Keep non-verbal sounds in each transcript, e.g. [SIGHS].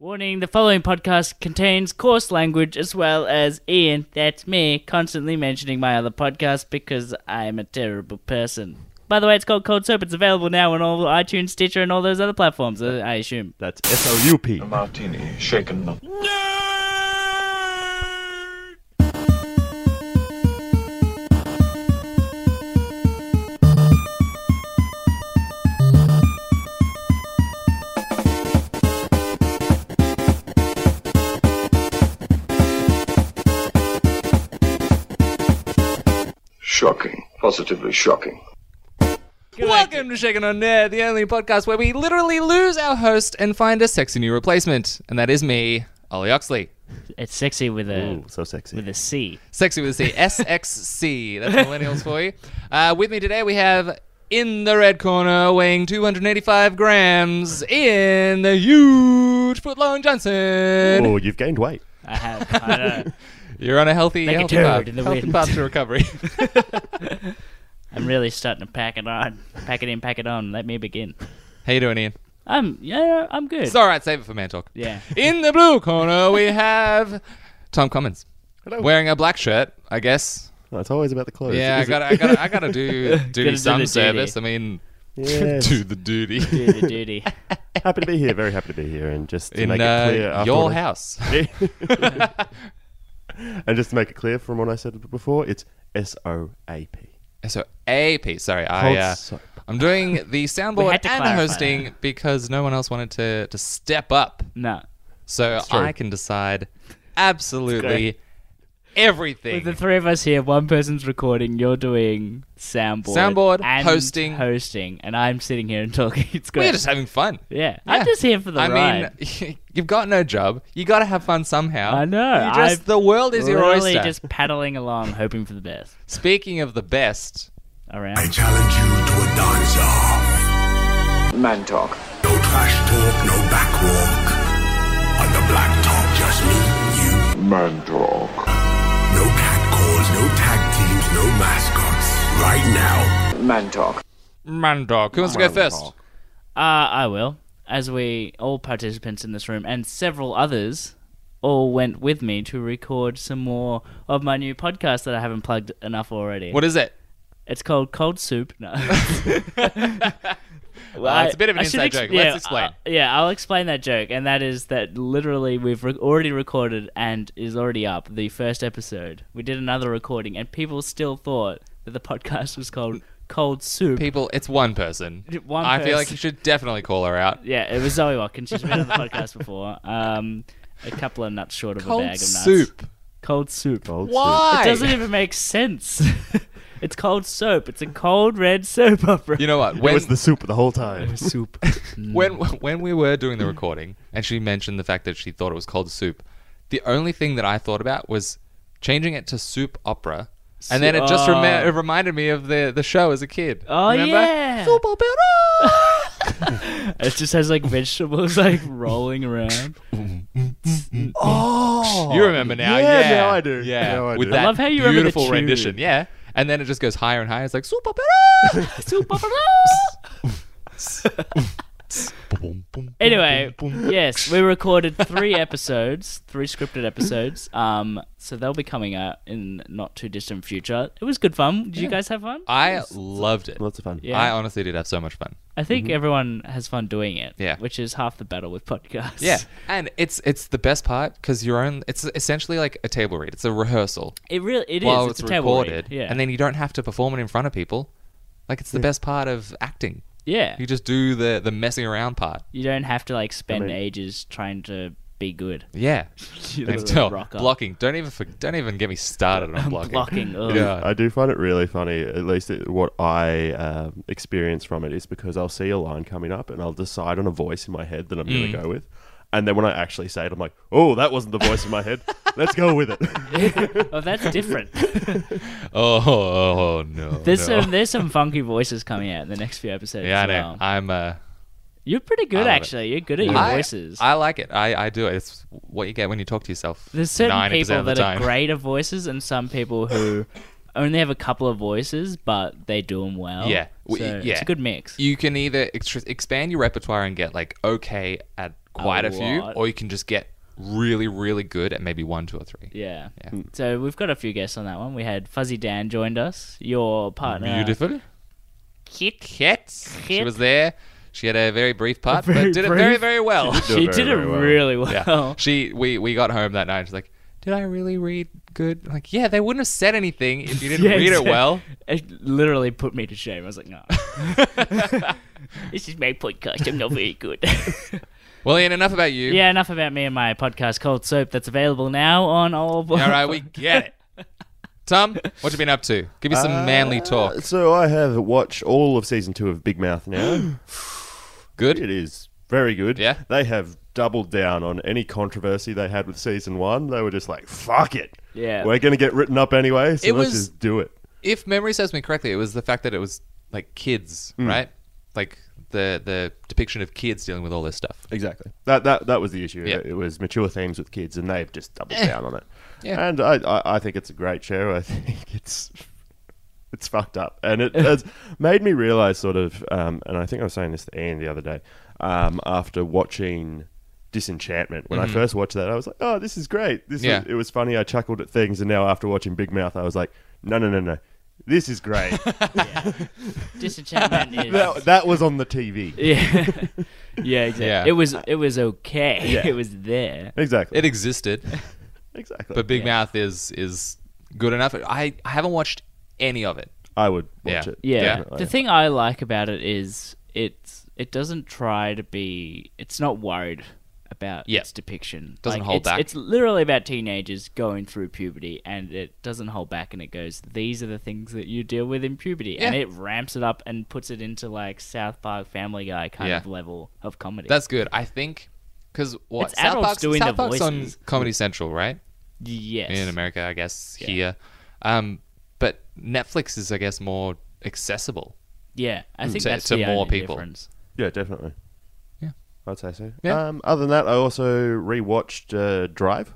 Warning the following podcast contains coarse language as well as Ian, that's me, constantly mentioning my other podcast because I'm a terrible person. By the way, it's called Cold Soap. It's available now on all iTunes, Stitcher, and all those other platforms, uh, I assume. That's S O U P. martini, shaken not. Shocking. Positively shocking. Welcome to Shaken on Air, the only podcast where we literally lose our host and find a sexy new replacement, and that is me, Ollie Oxley. It's sexy with a Ooh, Oh, so sexy. with a C. Sexy with a C, SXC. That's millennials for you. Uh, with me today we have in the red corner, weighing 285 grams, in the huge footlong Johnson. Oh, you've gained weight. I have. I know. You're on a healthy, Like a healthy, turd path, in the healthy wind. path to [LAUGHS] recovery. I'm really starting to pack it on. Pack it in, pack it on. Let me begin. How you doing, Ian? I'm yeah, I'm good. It's all right. Save it for man talk. Yeah. In the blue corner we have Tom Cummins, Oh. Hello. wearing a black shirt, I guess. Oh, it's always about the clothes. Yeah, I is it? gotta, I gotta, I gotta do do do the some duty. service. I mean, [LAUGHS] Yes. do the duty Do the duty. Happy to be here. Very happy to be here. And just to [LAUGHS] in make it clear, uh, after your what I- house. [LAUGHS] [LAUGHS] and just to make it clear from what I said before, it's S O A P. So AP, sorry, I, Cold uh, soap. I'm doing the soundboard and to clarify hosting because no one else wanted to to step up, No. so true. I can decide absolutely everything. With the three of us here, one person's recording, you're doing soundboard, Soundboard, and hosting. hosting, and I'm sitting here and talking. [LAUGHS] It's great. We're just having fun. yeah. I'm just here for the I ride. mean, [LAUGHS] you've got no job. You got to have fun somehow. I know, You just, I've the world is your Literally oyster. just paddling [LAUGHS] along, hoping for the best. Speaking of the best, I Around. challenge you to a dance off. Man talk. No trash talk, no back walk. On the black top, just me, you. Man talk. No cat calls, no tag teams, no mascots. Right now, Man talk. Mandok. Who wants to go first? Uh, I will. As we all participants in this room and several others all went with me to record some more of my new podcast that I haven't plugged enough already. What is it? It's called Cold Soup. [LAUGHS] No. well, Uh, it's a bit [LAUGHS] of an inside joke. Let's explain. uh, yeah, I'll explain that joke, and that is that literally we've re- already recorded and is already up the first episode. We did another recording, and people still thought that the podcast was called Cold Soup. People, it's one person. One I feel like person. you should definitely call her out. yeah, it was Zoe Watkins. She's been [LAUGHS] on the podcast before. Um, a couple of nuts short of a bag Cold of nuts. soup. Cold soup. Cold Why? It doesn't even make sense. [LAUGHS] it's cold soap. It's a cold red soap opera. You know what? Soup. It When, was the soup the whole time. soup. when [LAUGHS] when we were doing the recording, and she mentioned the fact that she thought it was called soup, the only thing that I thought about was changing it to soup opera, and then it just remi- Oh. it reminded me of the the show as a kid. Oh, Remember? yeah. [LAUGHS] soup opera. it just has like vegetables like rolling around. Oh, you remember now? Yeah, Yeah, now I do. Yeah, Now I with do. I that love how you remember the beautiful tune. rendition. Yeah, and then it just goes higher and higher. It's like soup opera. [LAUGHS] soup opera. Boom, boom, boom, Anyway, boom, boom. yes, we recorded three episodes, three scripted episodes. Um, so they'll be coming out in not too distant future. It was good fun. Did you guys have fun? I loved it. Lots of fun. Yeah. I honestly did have so much [LAUGHS] fun. I think everyone has fun doing it. Mm-hmm. Yeah. which is half the battle with podcasts. Yeah, and it's it's the best part because you're on. It's essentially like a table read. It's a rehearsal it really it is. while it's, it's, a table read. recorded, Yeah, and then you don't have to perform it in front of people. Like it's the best part of acting. yeah, You just do the the messing around part. you don't have to like spend mean- ages trying to be [LAUGHS] good. Yeah, don't And still, rock up. blocking. Don't even for, don't even get me [LAUGHS] started on blocking. Blocking. ugh. Yeah. I do find it really funny, at least it, what I um, experience from it is because I'll see a line coming up and I'll decide on a voice in my head that I'm going Mm. to go with. And then when I actually say it, I'm like, oh, that wasn't the voice in my [LAUGHS] head. Let's go with it. Oh, that's different. Oh, oh, oh, no. There's no. some there's some funky voices coming out in the next few episodes. yeah, I as know. well. I'm. Uh, You're pretty I good love it. actually. You're good at your I, voices. I like it. I, I do it. It's what you get when you talk to yourself. There's certain 90% people of the that are time. great at [LAUGHS] voices, and some people who only have a couple of voices, but they do them well. Yeah. We- So yeah. it's a good mix. you can either ex- expand your repertoire and get like okay at quite a, A few, lot. or you can just get really, really good at maybe one, two, or three. Yeah. Yeah. So we've got a few guests on that one. We had Fuzzy Dan joined us, your partner. Beautiful. Kit. Kit. She Kit. was there. She had a very brief part, very but did it very, brief. very well. do [LAUGHS] She it did very, it very well. really well. [LAUGHS] yeah. She we we got home that night. She's like, "Did I really read good?" I'm like, yeah, they wouldn't have said anything if you didn't [LAUGHS] Yeah, read exactly. it well. It literally put me to shame. I was like, [LAUGHS] no. [LAUGHS] this is my podcast. I'm not very [LAUGHS] good. Well, Ian, enough about you. yeah, enough about me and my podcast, Cold Soap, that's available now on all. [LAUGHS] All right, we get it. Tom, what you been up to? Give me some manly [LAUGHS] talk. So I have watched all of season two of Big Mouth [GASPS] now. It Good. is very good. Yeah. They have doubled down on any controversy they had with season one. They were just like, fuck it. Yeah. We're going to get written up anyway, so It let's was- just do it. If memory serves me correctly, it was the fact that it was like kids, Mm. right? Like the the depiction of kids dealing with all this stuff. Exactly. That that that was the issue. Yeah. It was mature themes with kids, and they've just doubled down on it. Yeah. And I, I I think it's a great show. I [LAUGHS] think it's it's fucked up, and [LAUGHS] it has made me realize sort of. Um, and I think I was saying this to Ian the other day. Um, after watching Disenchantment, when I first watched that, I was like, "Oh, this is great. This Mm-hmm. Yeah. was, it was funny. I chuckled at things, and now after watching Big Mouth, I was like, "No, no, no, no." This is great. [LAUGHS] Disenchantment is. that, that was on the TV. [LAUGHS] yeah. yeah, exactly. Yeah. It was it was okay. [LAUGHS] Yeah. It was there. Exactly. It existed, [LAUGHS] exactly. but Big Mouth is is good enough. I, I haven't watched any of it. I would watch Yeah. it. Yeah. Definitely. The thing I like about it is it's it doesn't try to be it's not worried about Yeah. its depiction. Doesn't Like, hold it's- back. It's literally about teenagers going through puberty and it doesn't hold back and it goes, These are the things that you deal with in puberty and Yeah. it ramps it up and puts it into like South Park Family Guy kind Yeah. of level of comedy. That's good. I think because what It's South adults Park's, doing South the Park's on voices. Comedy Central, right? yes. In America, I guess here, um, but Netflix is, I guess, more accessible. Yeah. I think To- that's Mm, to the more only people. difference. Yeah, definitely. Yeah. I'd say so. Yeah. Um, other than that, I also rewatched uh, Drive,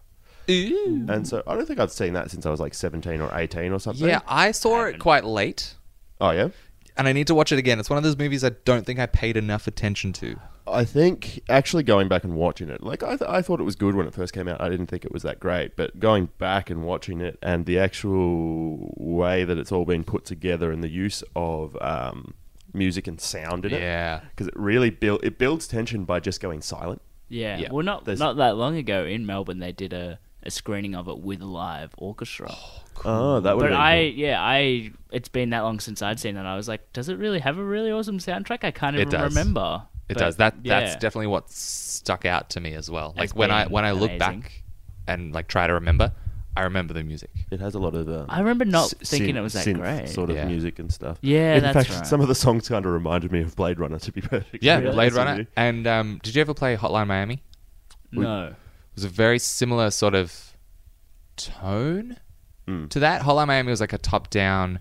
and so I don't think I've seen that since I was like seventeen or eighteen or something. Yeah, I saw it quite late, Oh yeah. and I need to watch it again. It's one of those movies I don't think I paid enough attention to. I think actually going back and watching it, like I, th- I thought it was good when it first came out. I didn't think it was that great, but going back and watching it and the actual way that it's all been put together and the use of um, music and sound in it, Yeah. because it really build it builds tension by just going silent. Yeah. Yeah. Well not There's- not that long ago in Melbourne they did a, a screening of it with a live orchestra. Oh, that would. But I, yeah, I. It's been that long since I'd seen that. I was like, does it really have a really awesome soundtrack? I can't It even does. remember. It But, does. That that's yeah. definitely what stuck out to me as well. Like As when I being when I look amazing. back and like try to remember, I remember the music. It has a lot of. Um, I remember not s- thinking synth- it was that synth great. Sort of Yeah. music and stuff. Yeah, in that's fact, right. some of the songs kind of reminded me of Blade Runner. To be [LAUGHS] perfect, Yeah, Really? Blade Runner. And um, did you ever play Hotline Miami? It No. was a very similar sort of tone to that. Hotline Miami was like a top down,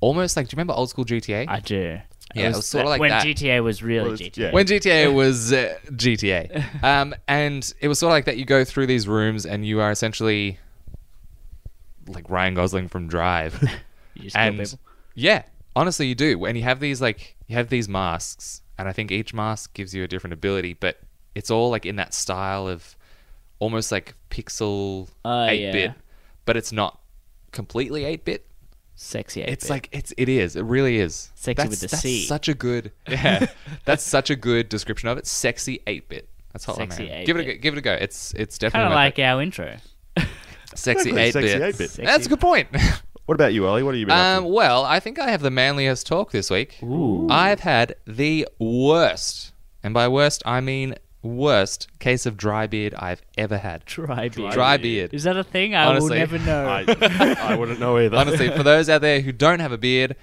almost like. Do you remember old school GTA? I do. yeah, it was, sort of like when that. GTA was really Well, it's- GTA. yeah. [LAUGHS] when GTA was uh, GTA. Um, and it was sort of like that. You go through these rooms, and you are essentially like Ryan Gosling from Drive. [LAUGHS] You just kill and people. yeah, honestly, you do. And you have these like you have these masks, and I think each mask gives you a different ability, but it's all like in that style of almost like pixel Oh, yeah. eight bit, but it's not completely eight bit. sexy. It's 8-bit. like it's it is. It really is. Sexy that's, with the that's C. Such [LAUGHS] a good yeah. that's such a good description of it. Sexy eight bit. That's hot Sexy man. Give it a 8-bit. go, give it a go. It's it's kind definitely of worth like it. our intro. sexy Exactly, eight sexy bit. 8-bit. That's a good point. What about you, Ollie? What have you been up um, to? well, I think I have the manliest talk this week. Ooh. I've had the worst, and by worst I mean worst case of dry beard I've ever had. Dry beard. Dry beard. Is that a thing? I Honestly, will never know. I, [LAUGHS] I wouldn't know [LAUGHS] either. Honestly, for those out there who don't have a beard,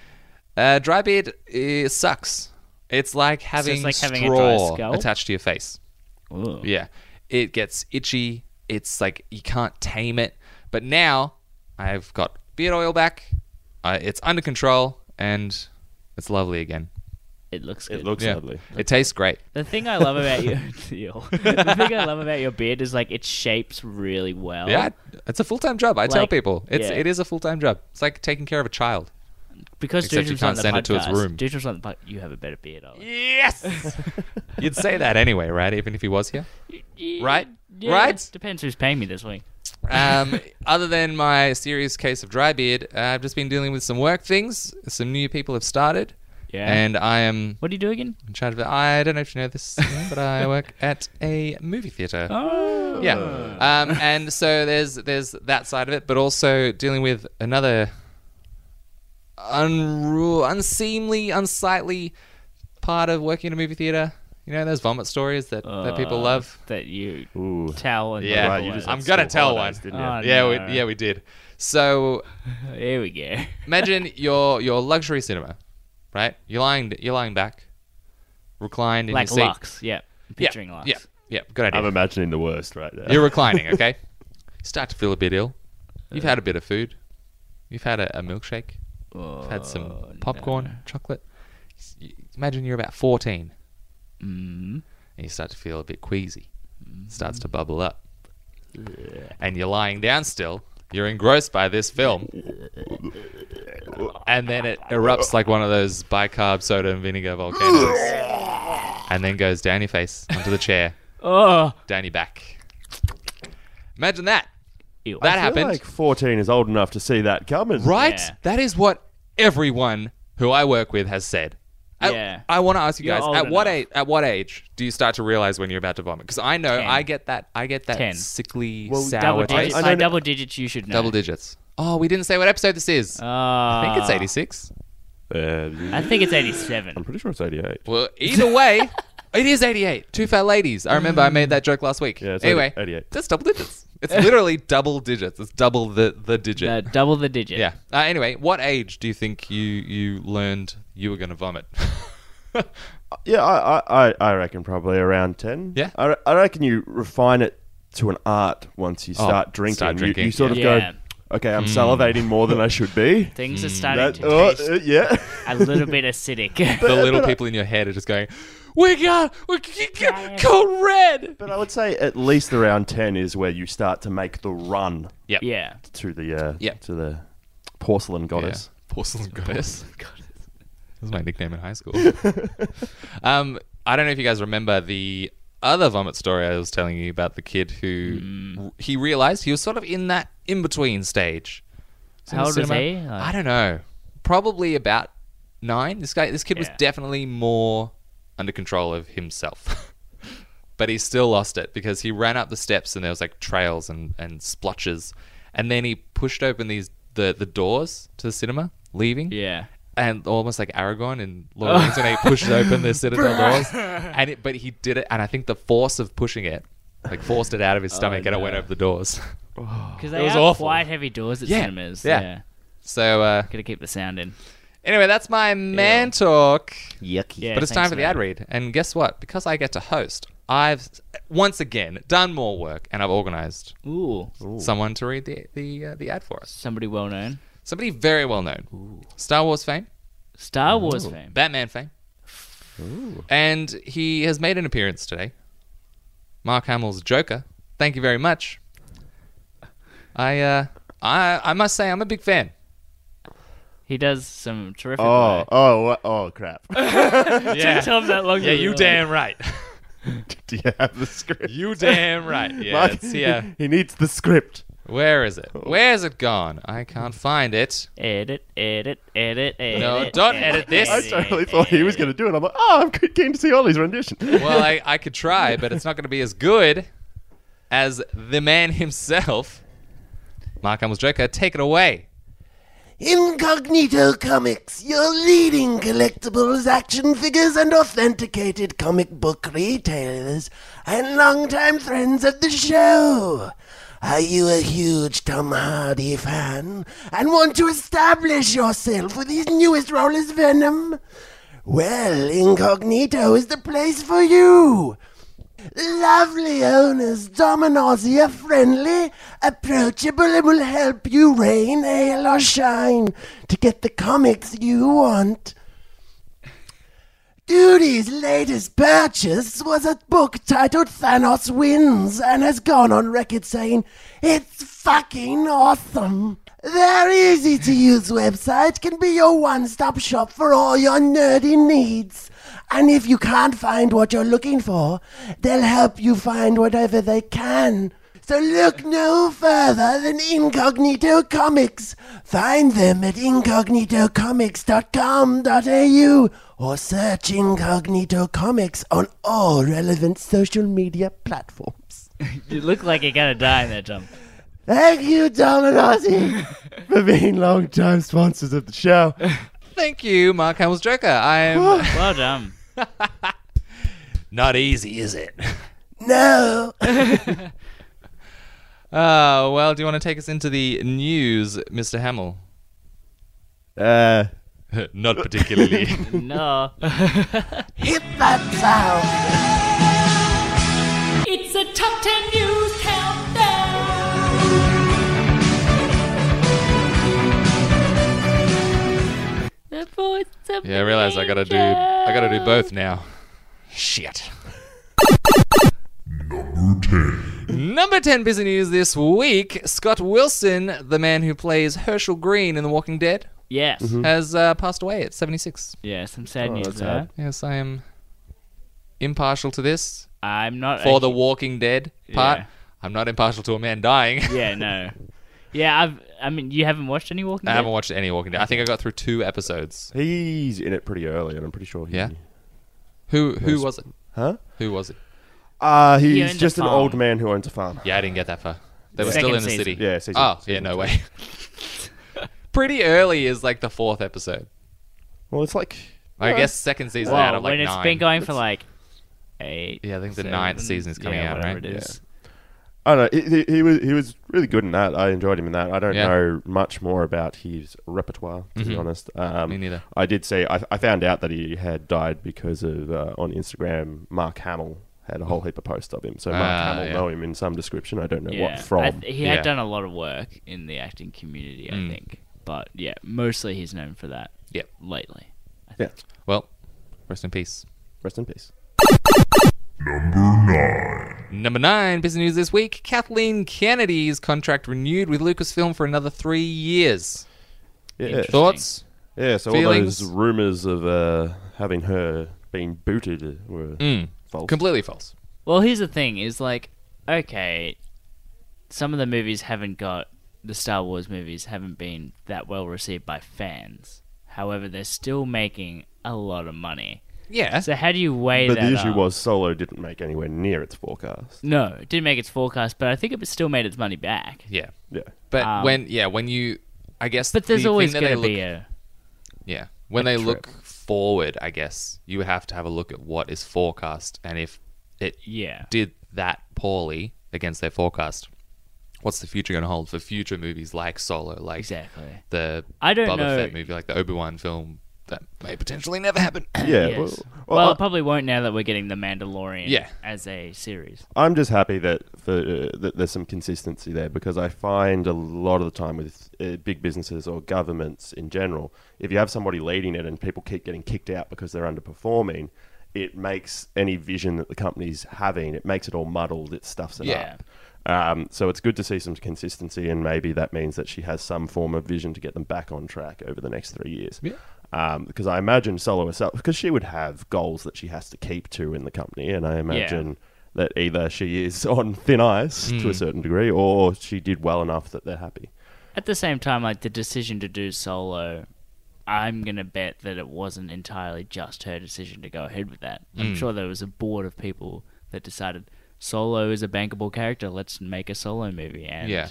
uh, dry beard uh, sucks. It's like having like straw having a dry scalp? attached to your face. [LAUGHS] Ooh. Yeah, it gets itchy. It's like you can't tame it. But now I've got beard oil back. Uh, it's under control and it's lovely again. It looks. Good. it looks Yeah, lovely. it tastes great. The thing I love about your, [LAUGHS] the thing I love about your beard is like it shapes really well. Yeah, it's a full time job. I tell Oh. Like, people it's yeah. it is a full time job. It's like taking care of a child. because Except you Dootram's not can't in the send it to podcast. its room. Dootram's not in the podcast. You have a better beard, Ollie. Yes. [LAUGHS] You'd say that anyway, right? Even if he was here. Right? Yeah, Right? Depends who's paying me this week. Um, other than my serious case of dry beard, uh, I've just been dealing with some work things. Some new people have started, Yeah. and I am what do you do again? in charge of. I don't know if you know this, [LAUGHS] but I work at a movie theater. Oh, Yeah, um, and so there's there's that side of it, but also dealing with another unruly, unseemly, unsightly part of working in a movie theater. You know those vomit stories that, that people Uh, love. that you Ooh. tell. And Yeah. walk Right, you just away. I'm gonna had school tell holidays, one. Didn't Oh, you? yeah, no. we, yeah, we did. So Here we go. [LAUGHS] Imagine [LAUGHS] your your luxury cinema, right? You're lying you're lying back, reclined in like your seat. Lux. Yeah. I'm Yeah, Picturing Lux. Yeah, yeah, good idea. I'm imagining the worst right there. you're reclining, okay? You [LAUGHS] start to feel a bit ill. You've had a bit of food. You've had a, a milkshake. Oh, You've had some popcorn, chocolate. S- y- Imagine you're about 14 Mm. and you start to feel a bit queasy. It starts to bubble up. And you're lying down still. You're engrossed by this film. And then it erupts like one of those bicarb soda and vinegar [LAUGHS] volcanoes. and then goes down your face, onto the chair, Oh. down your back. Imagine that. Ew. That I feel happened. like 14 is old enough to see that coming. Right? Yeah. That is what everyone who I work with has said. I, Yeah. I want to ask you You're guys: old at what enough. age? At what age do you start to realize when you're about to vomit? Because I know Ten. I get that. I get that Ten. sickly Well, sour Double taste. digits. I By don't- double digits, you should know. Double digits. Oh, we didn't say what episode this is. Uh, I I think it's 86. Uh, I think it's 87. I'm [LAUGHS] pretty sure it's 88. Well, either [LAUGHS] way, it is 88. Two fat ladies. I remember I made that joke last week. Yeah, it's anyway, 88. That's double digits. It's literally double digits. It's double the the digit. Uh, double the digit. yeah. Uh, anyway, what age do you think you you learned you were going to vomit? [LAUGHS] Yeah, I, I, I- I reckon probably around 10. Yeah. I, re- I reckon you refine it to an art once you start drinking. Oh, start You- drinking, Hmm. You, sort yeah. of go, okay, I'm salivating more than I should [LAUGHS] be. Things are starting That, to oh, taste uh, [LAUGHS] yeah. a little bit acidic. [LAUGHS] the little people in your head are just going, "We got we g- g- code red." but I would say at least around 10 is where you start to make the run [LAUGHS] Yep. yeah. to the uh, Yeah. to the porcelain Yeah. goddess. Porcelain goddess. [LAUGHS] That was my nickname in high school. um, I don't know if you guys remember the other vomit story I was telling you about the kid who Mm. he realized he was sort of in that in between stage. in How the old was cinema. he? Like- I don't know. Probably about nine. This guy, this kid was Yeah. definitely more under control of himself. [LAUGHS] but he still lost it because he ran up the steps and there was like trails and, and splotches, and then he pushed open these the the doors to the cinema, leaving Yeah. and almost like Aragorn in Lord of the [LAUGHS] Rings when he pushes open the citadel doors. And it, but he did it, and I think the force of pushing it, like forced it out of his Oh, stomach, and it went over the doors. [LAUGHS] Because they was are awful. quite heavy doors at Yeah, cinemas. yeah. Yeah. So uh, Gotta keep the sound in. anyway, that's my man talk. Yucky. Yeah, but it's time thanks, for the man. ad read, and guess what? Because I get to host, I've s- once again done more work, and I've organised Ooh. someone to read the the uh, the ad for us. Somebody well known. Somebody very well known, Star Wars fame. Star Wars fame. Batman fame. And he has made an appearance today. Mark Hamill's Joker. Thank you very much. I uh I I must say I'm a big fan. He does some terrific Oh, work. oh, wha- oh, crap. [LAUGHS] [LAUGHS] It took Tom that long. to realise. right. Do you have the script? [LAUGHS] You damn right. Yeah. Mark- It's here. He needs the script. [LAUGHS] Where is it? Where's it gone? I can't find it. Edit, edit, edit, edit. No, don't edit this. I totally thought he was going to do it. I'm like, oh, I'm keen to see Ollie's rendition. Well, I, I could try, but it's not going to be as good as the man himself, Mark Hamill's Joker. Take it away. Incognito Comics, your leading collectibles, action figures, and authenticated comic book retailers, and longtime friends of the show. Are you a huge Tom Hardy fan and want to establish yourself with his newest role as Venom? Well, Incognito is the place for you. Lovely owners, Domino's here, friendly, approachable, and will help you rain, hail, or shine to get the comics you want. Duty's latest purchase was a book titled Thanos Wins and has gone on record saying, It's fucking awesome. Their easy to use website can be your one stop shop for all your nerdy needs. And if you can't find what you're looking for, they'll help you find whatever they can. So look no further than Incognito Comics. Find them at incognitocomics.com.au or search Incognito Comics on all relevant social media platforms. You look like you're gonna die in that jump. Thank [LAUGHS] you, Dominati, for being long-time sponsors of the show. Thank you, Mark Hamill's Joker. I am Well done. [LAUGHS] not easy, is it? No. [LAUGHS] Uh, well, do you want to take us into the news, Mr. Hamill? Uh, [LAUGHS] not particularly. No. Hit that sound. It's a top 10 news countdown. The voice of [LAUGHS] yeah, I realize I gotta do I gotta do both now. Shit. Number 10 busy news this week. Scott Wilson, the man who plays Herschel Green in The Walking Dead, Yes. has uh, passed away at 76. Yeah, some sad Oh, news that's there. sad. Yes, I am impartial to this I'm not for The actually- Walking Dead part. Yeah. I'm not impartial to a [LAUGHS] man dying. [LAUGHS] Yeah, no. Yeah, I've I mean you haven't watched any Walking I Dead? haven't watched any Walking Dead. I think I got through two episodes. he's in it pretty early, and I'm pretty sure he. Yeah. Who who was it? Huh? Who was it? Uh, He he's owns a just an farm. old man who owns a farm. Yeah, I didn't get that far. They were Second still in the season. city. Yeah, season- Oh, yeah, season no two. way. [LAUGHS] Pretty early is like the fourth episode. Well, it's like I guess second season Well, out of like when it's nine. been going for like eight. Yeah, I think the seven, ninth season is coming yeah, out, whatever right? It is. I don't know. He, he, he was he was really good in that. I enjoyed him in that. I don't Yeah. know Mm-hmm. much more about his repertoire to be honest. Um, Me neither. I did see. I, I found out that he had died because of uh, on Instagram. Mark Hamill had a whole heap of posts of him. So Mark Ah, Hamill yeah. know him in some description. I don't know Yeah. what from. I th- he had Yeah. Mm. done a lot of work in the acting community, I think. But yeah, mostly he's known for that Yep. lately. yeah. Well, rest in peace. Rest in peace. Number nine, business news this week. Kathleen Kennedy's contract renewed with Lucasfilm for another three years. Yeah. Thoughts? Yeah. So Feelings? all those rumors of uh, having her being booted were false. Mm. Completely false. Well, here's the thing: is like, okay, some of the movies haven't got the Star Wars movies haven't been that well received by fans. However, they're still making a lot of money. Yeah. So how do you weigh but that? the issue up? was Solo didn't make anywhere near its forecast. no, it did make its forecast, but I think it still made its money back. Yeah. [CLEARS THROAT] Yeah. But when yeah, when you I guess Um, But there's the always thing that going they to be look- a Yeah. When they look forward, I guess, you have to have a look at what is forecast and if it yeah. did that poorly against their forecast, what's the future going to hold for future movies like Solo, like Exactly. the I don't Boba know. Fett movie, like the Obi Wan film that may potentially [LAUGHS] never happen? Yeah. Yes. well- Well, well, it probably won't now that we're getting the Mandalorian Yeah. as a series. I'm just happy that for uh, that there's some consistency there because I find a lot of the time with uh, big businesses or governments in general, if you have somebody leading it and people keep getting kicked out because they're underperforming, it makes any vision that the company's having it makes it all muddled. It stuffs it Yeah. up. Um, so it's good to see some consistency, and maybe that means that she has some form of vision to get them back on track over the next three years. Yeah. because I imagine Solo herself, because she would have goals that she has to keep to in the company, and I imagine that either she is [LAUGHS] on thin ice Hmm. to a certain degree, or she did well enough that they're happy. At the same time, like the decision to do solo, I'm gonna bet that it wasn't entirely just her decision to go ahead with that. Hmm. I'm sure there was a board of people that decided solo is a bankable character. Let's make a solo movie, and Yeah.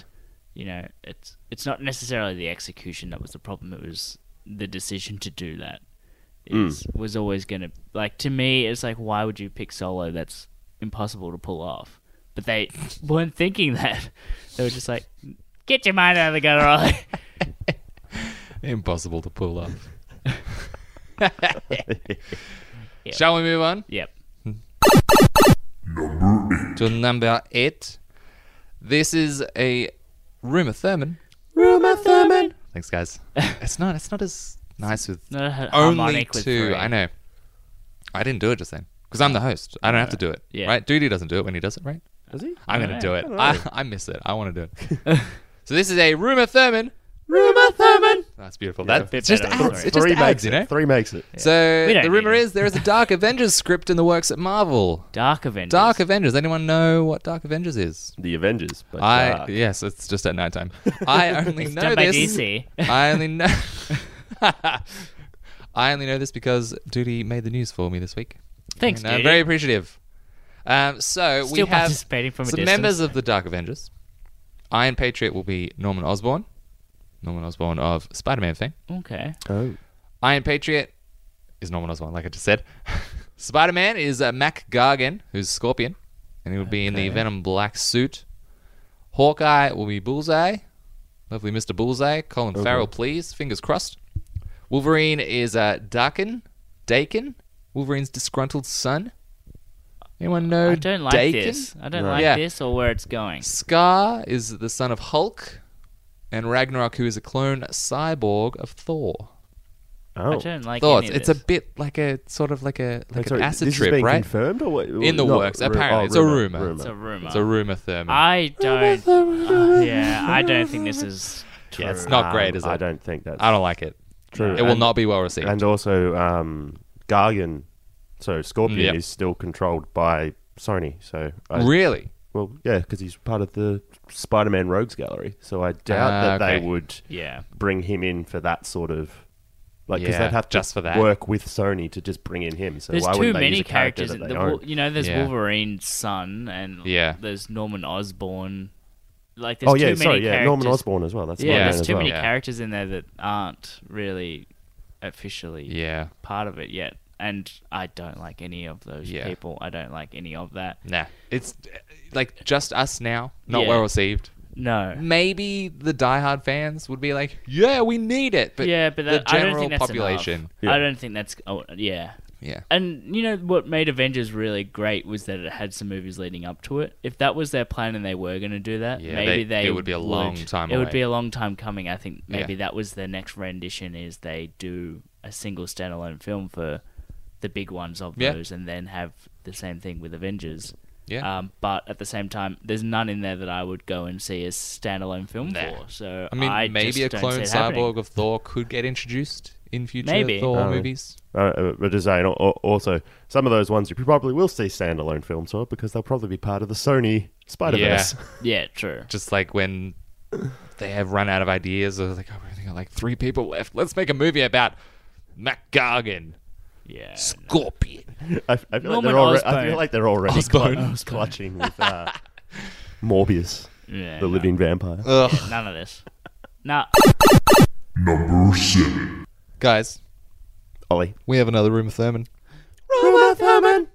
you know, it's it's not necessarily the execution that was the problem. It was the decision to do that. Is, Was always gonna like to me. It's like why would you pick solo? That's impossible to pull off. But they [LAUGHS] weren't thinking that. They were just like, get your mind out of the gutter, Ollie. [LAUGHS] Impossible to pull [LAUGHS] off. Shall we move on? yep. to number eight. This is a rumor Thurman. Rumor Thurman. Thanks, guys. [LAUGHS] it's not. It's not as nice with Not a h- only harmonic with two. three. I know. I didn't do it just then because I'm the host. I don't have to do it. Yeah. Right? Duty doesn't do it when he does it. Right? Does he? [LAUGHS] I'm gonna do it. I, I miss it. I want to do it. so this is a rumor Thurman Rumor Thurman. That's beautiful. That bit just better, adds. sorry. It just Three adds, makes you it. know. Three makes it. So We don't the rumor need it. is there is a Dark Avengers script in the works [LAUGHS] at Marvel. Dark Avengers. Dark Avengers. Anyone know what Dark Avengers is? The Avengers. But, I uh, yes, it's just [LAUGHS] at nighttime. I only know Done by this. DC. I only know. [LAUGHS] I only know this because Duty made the news for me this week. [LAUGHS] Thanks, And I'm dude. very appreciative. Um, so Still we have participating from a some distance. members of the Dark Avengers. Iron Patriot will be Norman Osborn. Norman Osborn of Spider-Man fame. Okay. Iron Patriot is Norman Osborn, like I just said. [LAUGHS] Spider Man is uh, Mac Gargan, who's Scorpion, and he will be in the Venom black suit. Hawkeye will be Bullseye, lovely Mr. Bullseye. Colin Farrell, please, fingers crossed. Wolverine is uh, Dakin, Dakin, Wolverine's disgruntled son. Anyone know? I don't like Dakin? this. I don't No. like Yeah. this or where it's going. Scar is the son of Hulk, and Ragnarok, who is a clone cyborg of Thor I Oh. don't like thoughts. Any of It's this. a bit like a sort of like a like Wait, an sorry, acid this trip, has been right? confirmed or what? In the Not works, ru- apparently. oh, It's a rumor. It's a rumor. It's a rumor thermal. I [LAUGHS] don't. Uh, yeah, I don't think this is. True. yeah, it's not great, is it? I don't think that's I don't like it. true. It will And- not be well received. And also, um, Gargan, so Scorpion Yep. is still controlled by Sony. So I, really? well, yeah, because he's part of the Spider-Man Rogues Gallery. So I doubt Ah, that okay. they would Yeah. bring him in for that sort of. Like, because Yeah, they'd have to just for that. work with Sony to just bring in him. So There's why too wouldn't they many use a character characters. that in they the, own? Wol- you know, there's Yeah. Wolverine's son, and Yeah. there's Norman Osborn. Like, there's Oh yeah, too sorry, many yeah, characters. Norman Osborn as well. That's Yeah, Spider-Man there's as too well. many Yeah. characters in there that aren't really officially Yeah. part of it yet, and I don't like any of those Yeah. people. I don't like any of that. Nah. It's uh, like just us now. Not Yeah. well received. No. Maybe the diehard fans would be like, "Yeah, we need it." But yeah, but that, the I general don't think that's population. Enough. I don't think that's. Oh, yeah. Yeah. And you know what made Avengers really great was that it had some movies leading up to it. If that was their plan and they were going to do that, Yeah, maybe they- they, it would be a long time It away. would be a long time coming. I think maybe Yeah. that was their next rendition is they do a single standalone film for the big ones of Yeah. those, and then have the same thing with Avengers. Yeah. Um, but at the same time, there's none in there that I would go and see as standalone film Nah. for. So I mean, just maybe a don't clone see it cyborg happening. of Thor could get introduced in future Maybe. Thor Oh. movies. Uh, but just saying, al- al- also some of those ones you probably will see standalone films of because they'll probably be part of the Sony Spider Verse. [LAUGHS] Yeah. Yeah, true. just like when they have run out of ideas, or like, oh, we only got like three people left. Let's make a movie about Mac Gargan, Yeah. Scorpion. I, I, feel like Norman they're alre- I Osborn. feel like they're already Osborn. clu- clutching with [LAUGHS] uh, Morbius, Yeah. the no. living vampire. Yeah, none of this. Nah. Number seven. Guys, Ollie. we have another rumor, Thurman. And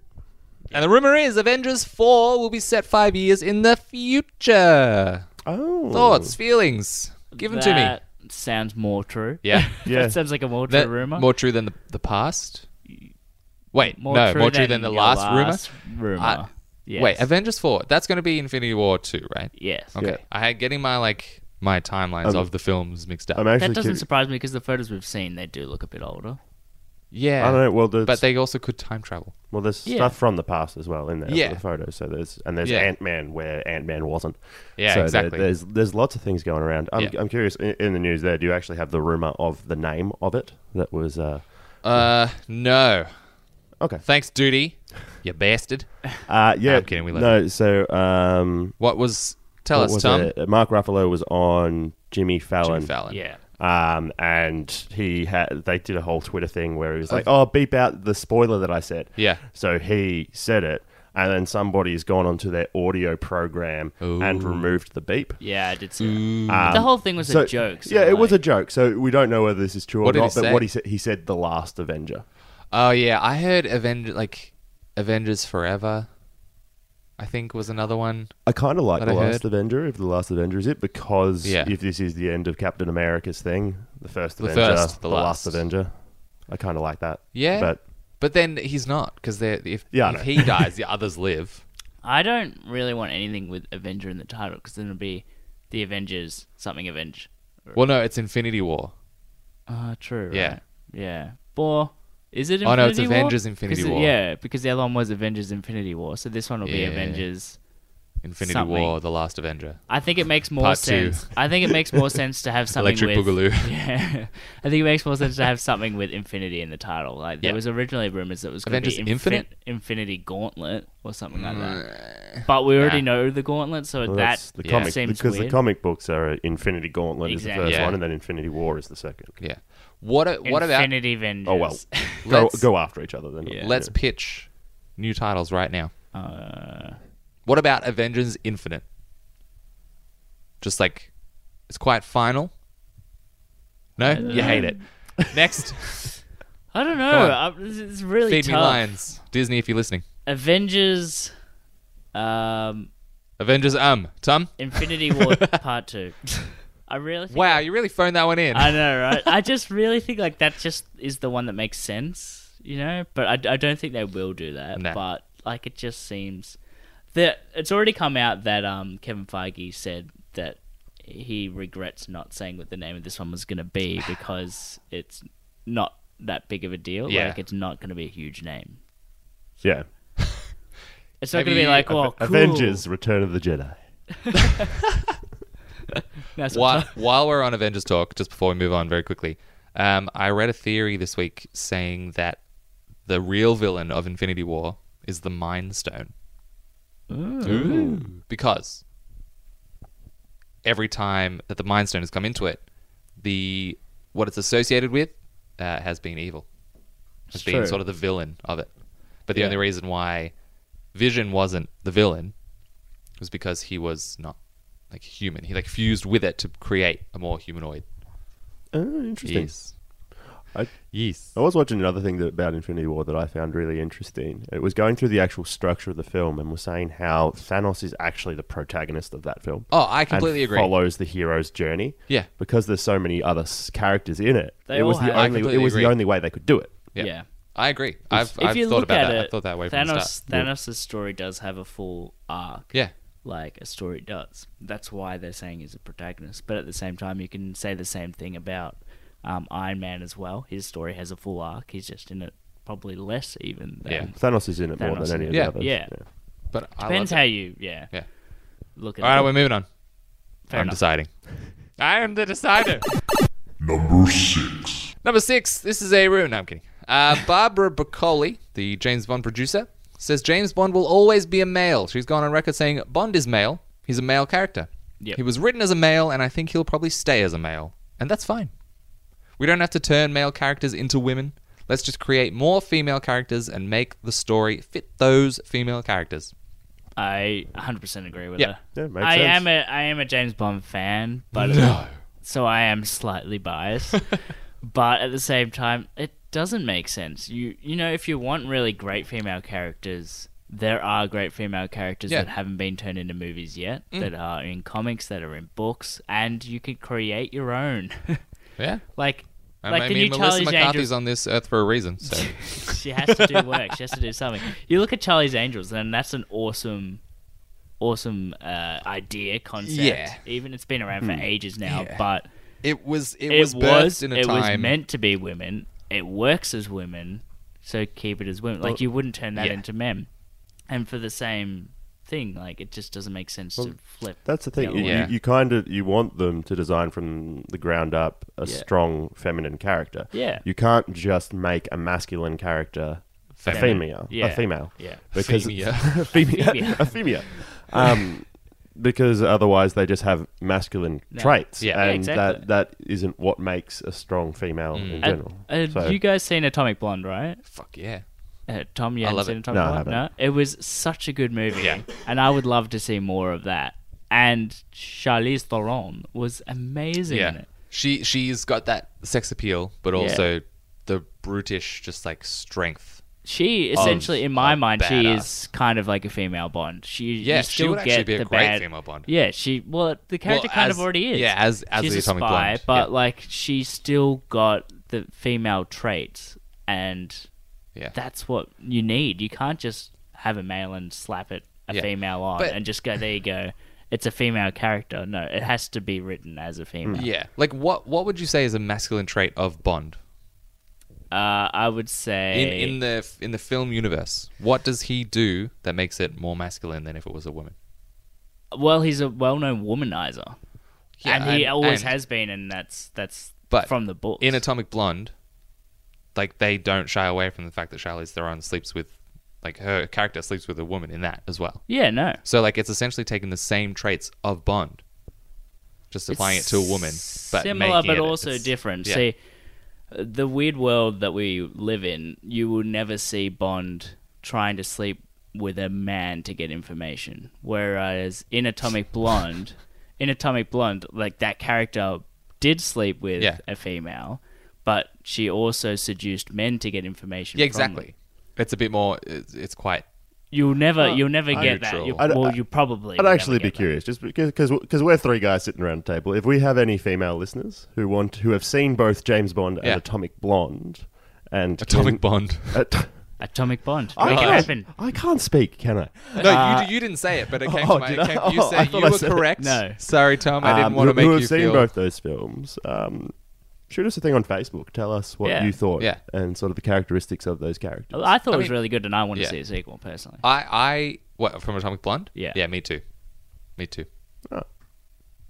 the rumor is Avengers 4 will be set five years in the future. Oh. Thoughts, feelings, give them to me. That Sounds more [LAUGHS] true. Yeah. Yeah. that sounds like a more true That- rumor. More true than the, the past? Wait, More no, more true than, the your last, rumor. rumor. I- rumor. yes. Wait, Avengers 4, that's going to be Infinity War 2, right? yes. Okay. Yeah. I had getting my like my timelines Um, of the films mixed up. I'm actually That doesn't curi- surprise me because the photos we've seen, they do look a bit older. yeah. I don't know. Well, there's, But they also could time travel. well, there's Yeah. stuff from the past as well in there. Yeah. Yeah. The photos. So there's and there's Yeah. Ant Man where Ant Man wasn't. so Yeah, there- exactly. there's there's lots of things going around. I'm, Yeah. I'm curious. In, in the news, there do you actually have the rumor of the name of it? That was uh, Uh, no. okay. Thanks, duty. You bastard. Uh, yeah, I'm kidding, we love no. So um, What was? Tell what us, was Tom. it? Mark Ruffalo was on Jimmy Fallon. Jimmy Fallon. Yeah. Um, and he had they did a whole Twitter thing where he was like, "Oh, beep out the spoiler that I said." Yeah. So he said it, and then somebody's gone onto their audio program and removed the beep. Um, Yeah, I did see Mm. that. But the whole thing was So- a joke. So yeah, it was a like, joke. So we don't know whether this is true What did or he not. But say? what he said, he said, "The Last Avenger." Oh yeah, I heard Avenger like Avengers Forever. I think was another one. I kind of like That the I Last heard. Avenger if the Last Avenger is it because Yeah. if this is the end of Captain America's thing, the first The Avenger, first, the the, last. last. Avenger, I kind of like that. Yeah. but But then he's not because they if, Yeah, I if know. he dies, the [LAUGHS] others live. I don't really want anything with Avenger in the title because then it'll be the Avengers something Avenge. Well, no, it's Infinity War. Ah, true. Yeah. right. Yeah. Or is it Infinity Oh, no, it's War? Avengers Infinity 'Cause it- War. Yeah, because the other one was Avengers Infinity War, so this one will Yeah. be Avengers Infinity Something. War, The Last Avenger, I think it makes more Part two. sense. I think it makes more sense to have something Electric with. [LAUGHS] Boogaloo. [LAUGHS] Yeah, I think it makes more sense to have something with Infinity in the title. Like there Yeah. was originally rumors that it was going to Avengers be infin- Infinite? Infinity Gauntlet or something like that. But we already Nah. know the Gauntlet, so Well, that that's the yeah. comic seems because weird. the comic books are Infinity Gauntlet Exactly. is the first Yeah. one, and then Infinity War is the second. Yeah. What a- what about Infinity Vengeance? [LAUGHS] Oh well, go, Let's- go after each other then. Yeah. let's pitch new titles right now. Uh, What about Avengers Infinite? Just like it's quite final. No, Uh, you hate it. Next, I don't Come know. on. I, it's- it's [LAUGHS] really feed tough. me lions, Disney, if you're listening. Avengers, um, Avengers, um, Tom. Infinity [LAUGHS] War Part Two. I really think Wow, you really phoned that one in. I know, right? I just really think like that just is the one that makes sense, you know. But I, I don't think they will do that. Nah. But like, it just seems that it's already come out that um Kevin Feige said that he regrets not saying what the name of this one was going to [SIGHS] be because it's not that big of a deal. Yeah. Like, it's not going to be a huge name. yeah. It's not Maybe going to be like, oh, cool. Avengers: Return of the Jedi. That's while, what- while we're on Avengers talk, just before we move on very quickly, um, I read a theory this week saying that the real villain of Infinity War is the Mind Stone. Ooh. Because every time that the Mind Stone has come into it, the what it's associated with uh, has been evil, has It's been true. sort of the villain of it. But the Yeah. only reason why Vision wasn't the villain was because he was not like human. He like fused with it to create a more humanoid. Oh, interesting. Yes. I- Oh. Yes. I was watching another thing that, about Infinity War that I found really interesting. It was going through the actual structure of the film and was saying how Thanos is actually the protagonist of that film. Oh, I completely and agree. Follows the hero's journey. Yeah. because there's so many other s- characters in it. They it was all the have- I only. It completely was agree. the only way they could do it. Yeah. Yeah. I agree. I've, if I've you thought look about at that. it, I thought that way from the Thanos start. Thanos' story does have a full arc. Yeah. like a story does. That's why they're saying he's a protagonist. But at the same time, you can say the same thing about um, Iron Man as well. His story has a full arc. He's just in it probably less even than. Yeah. Thanos is in it more Thanos than in any of it. Yeah. the others. Yeah. But I Depends love how it. you yeah, Yeah. look at All right, it. we're moving on. Fair I'm enough. deciding. [LAUGHS] I am the decider. Number six. Number six. This is a room. No, I'm kidding. [LAUGHS] Uh, Barbara Broccoli, the James Bond producer, says James Bond will always be a male. She's gone on record saying Bond is male. He's a male character. Yep. He was written as a male, and I think he'll probably stay as a male. And that's fine. We don't have to turn male characters into women. Let's just create more female characters and make the story fit those female characters. I 100% agree with Yeah. her. Yeah, makes I sense. am a I am a James Bond fan, but so I am slightly [LAUGHS] biased. but at the same time, it doesn't make sense. You you know, if you want really great female characters, there are great female characters Yeah. Mm. that haven't been turned into movies yet, that are in comics, that are in books, and you can create your own. [LAUGHS] Yeah. like I like mean, the new Melissa Charlie's McCarthy's Angels, on this earth for a [LAUGHS] reason. So she has to do work. she has to do something. You look at Charlie's Angels, and that's an awesome, awesome uh, idea concept. Yeah. even it's been around for ages now, but it was it, it was was, birthed in a it was time. meant to be women. It works as women, so keep it as women. Like you wouldn't turn that yeah. into men, and for the same thing, like it just doesn't make sense to flip. That's the thing. other You, way. Yeah. you, you kind of you want them to design from the ground up a Yeah. strong feminine character. Yeah. You can't just make a masculine character a Feminine. female. Yeah. A female. Yeah. Because [LAUGHS] Female. [LAUGHS] female. a female. Um, because otherwise they just have masculine traits. Yeah. Yeah, And exactly. that that isn't what makes a strong female in Uh, general. uh, So- you guys seen Atomic Blonde, right? [LAUGHS] Fuck yeah. Uh, Tom, you I haven't love seen it. Atomic No, I Blonde? haven't. No, it was such a good movie, Yeah. and I would love to see more of that. And Charlize Theron was amazing in Yeah. it. She she's got that sex appeal, but also the brutish just like strength. She Oh, essentially, in my of mind, she is badass. kind of like a female Bond. She you Yeah, she still would actually get be a the great bad- female Bond. Yeah, she well, the character Well, kind as- of already is. yeah, as- as she's the a Atomic spy, Blonde, but yeah. like she's still got the female traits, and Yeah. that's what you need. You can't just have a male and slap it a Yeah. female on But- and just go, there you go. It's a female character. No, it has to be written as a female. yeah. Like what what would you say is a masculine trait of Bond? Uh, I would say In in the in the film universe, what does he do that makes it more masculine than if it was a woman? well, he's a well-known womanizer, Yeah, and he and- always and- has been, and that's that's But from the book. in Atomic Blonde, like they don't shy away from the fact that Charlize Theron sleeps with, like her character sleeps with a woman in that as well. yeah, no, So like it's essentially taking the same traits of Bond, just applying it to a woman, but similar, making but it- also it's- different. yeah. See, the weird world that we live in, you will never see Bond trying to sleep with a man to get information. Whereas in [LAUGHS] Atomic Blonde, in Atomic Blonde, like that character did sleep with Yeah. a female, but she also seduced men to get information. Yeah, from them. exactly. It's a bit more. It's, it's quite. You'll never, you'll never I- get that. Neutral. You, I'd- well, you probably. I'd will never actually be get that. curious, just because because we're three guys sitting around the table. If we have any female listeners who want who have seen both James Bond and Yeah. Atomic Blonde, and Atomic Bond. [LAUGHS] At- Atomic Bond. I Make it can't, happen. I can't speak, can I? [LAUGHS] No, you, you didn't say it, but it came oh, to my. did It I? came, you Oh, I said thought you I were said it. correct. No. sorry, Tom. I Um, didn't want to who- make who you have seen feel. both those films. Um, shoot us a thing on Facebook. Tell us what Yeah. you thought Yeah. and sort of the characteristics of those characters. I thought it was mean- really good, and I want to Yeah. see a sequel personally. I, I, what from Atomic Blonde? Yeah. yeah, me too, me too. Oh.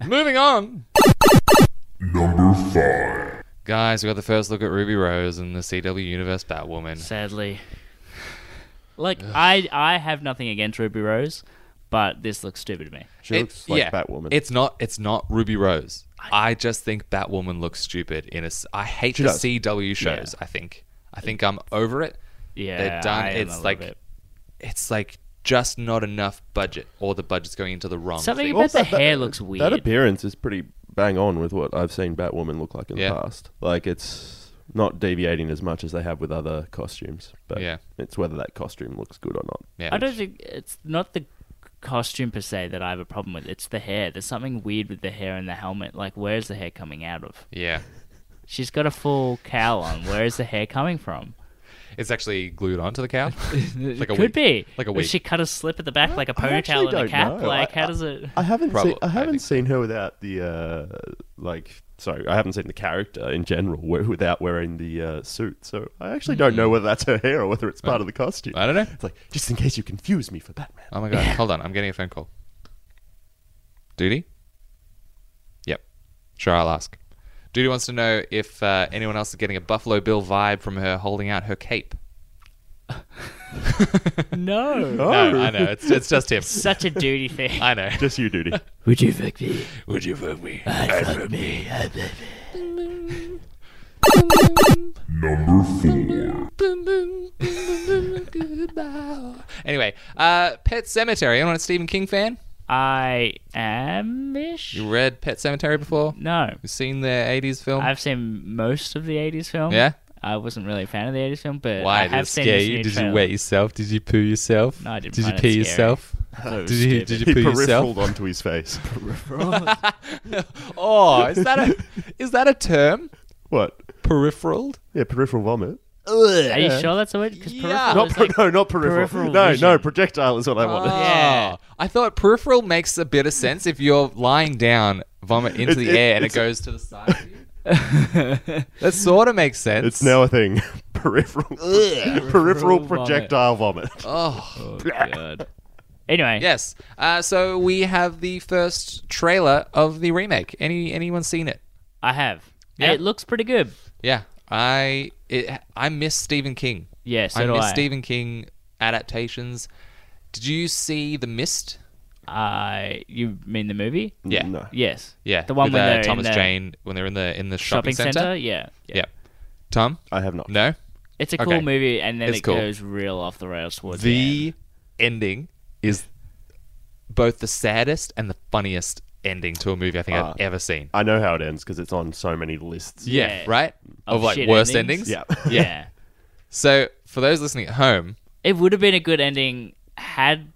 Moving on, Number five. guys. We got the first look at Ruby Rose and the CW Universe Batwoman. Sadly, [SIGHS] like I, I have nothing against Ruby Rose, but this looks stupid to me. She looks like Batwoman. It's not. It's not Ruby Rose. I just think Batwoman looks stupid. In a, s- I hate the does. CW shows. I think. I think I'm over it. Yeah, They're done. I am a it's little like, bit. it's like just not enough budget, or the budget's going into the wrong. Something thing. about the that- hair looks That weird. appearance is pretty bang on with what I've seen Batwoman look like in Yeah. the past. Like it's not deviating as much as they have with other costumes, but Yeah. it's whether that costume looks good or not. Yeah. I don't think it's not the costume per se that I have a problem with. It's the hair. There's something weird with the hair and the helmet. Like, where's the hair coming out of? Yeah. She's got a full cowl on. Where is the hair coming from? It's actually glued onto [LAUGHS] the cow. like a Could wig. be Like a Does wig. She cut a slip at the back, like a I actually ponytail and a don't cap. know. Like, I- how does it? I haven't Probably- seen I I haven't think so. seen her without the uh, like sorry I haven't seen the character in general we- without wearing the uh, suit so I actually don't know whether that's her hair or whether it's part of the costume Hmm. I don't know. it's like just in case you confuse me for Batman Oh [LAUGHS] my god! Hold on, I'm getting a phone call. Duty. Yep. Sure, I'll ask. Duty wants to know if uh, anyone else is getting a Buffalo Bill vibe from her holding out her cape. [LAUGHS] [LAUGHS] No, No, I know. It's, it's just him. such a duty thing. I [LAUGHS] know. just you duty Would you fuck me? Would you vote me? Number four. Anyway, uh, Pet Cemetery. Anyone a Stephen King fan? I am ish. You read Pet Cemetery before? No, You've seen the 80s film? I've seen most of the '80s film. Yeah? I wasn't really a fan of the '80s film, but Why I did it have seen scare this you? new Did you trailer. [LAUGHS] wet yourself? Did you poo yourself? No, I didn't Did you find it pee scary. yourself? it was Did you stupid. did he you poo peripheraled yourself? onto his [LAUGHS] face [LAUGHS] Oh, is that a is that a term? what Peripheraled? yeah peripheral vomit Are you sure that's the word? Because Yeah. peripheral Not is Per- [LAUGHS] like no not peripheral, peripheral no no vision. projectile is what I [LAUGHS] wanted Yeah. Oh, I thought peripheral makes a bit of sense if you're lying down, vomit into It- the it- air, and it it's- goes to the side. of you. [LAUGHS] that sort of makes sense. it's now a thing [LAUGHS] peripheral peripheral projectile vomit Oh God. Anyway, yes. Uh, so we have the first trailer of the remake. Any anyone seen it? I have. Yeah. It looks pretty good. Yeah. I it, I miss Stephen King. Yeah, so I do miss I. Stephen King adaptations. Did you see The Mist? I. You mean the movie? [LAUGHS] Yeah. no Yes. Yeah. The one with, where they're uh, in Thomas the Jane when they're in the in the shopping, Shopping center. Yeah. Yeah. Tom? I have not No. It's a cool Okay. movie, and then It's it cool. goes real off the rails towards the. the ending is both the saddest and the funniest ending to a movie I think Uh, I've ever seen. I know how it ends because it's on so many lists Yeah. Right? Of, Of like shit worst endings. endings? yeah. [LAUGHS] [LAUGHS] end. Yeah. So for those listening at home, it would have been a good ending had.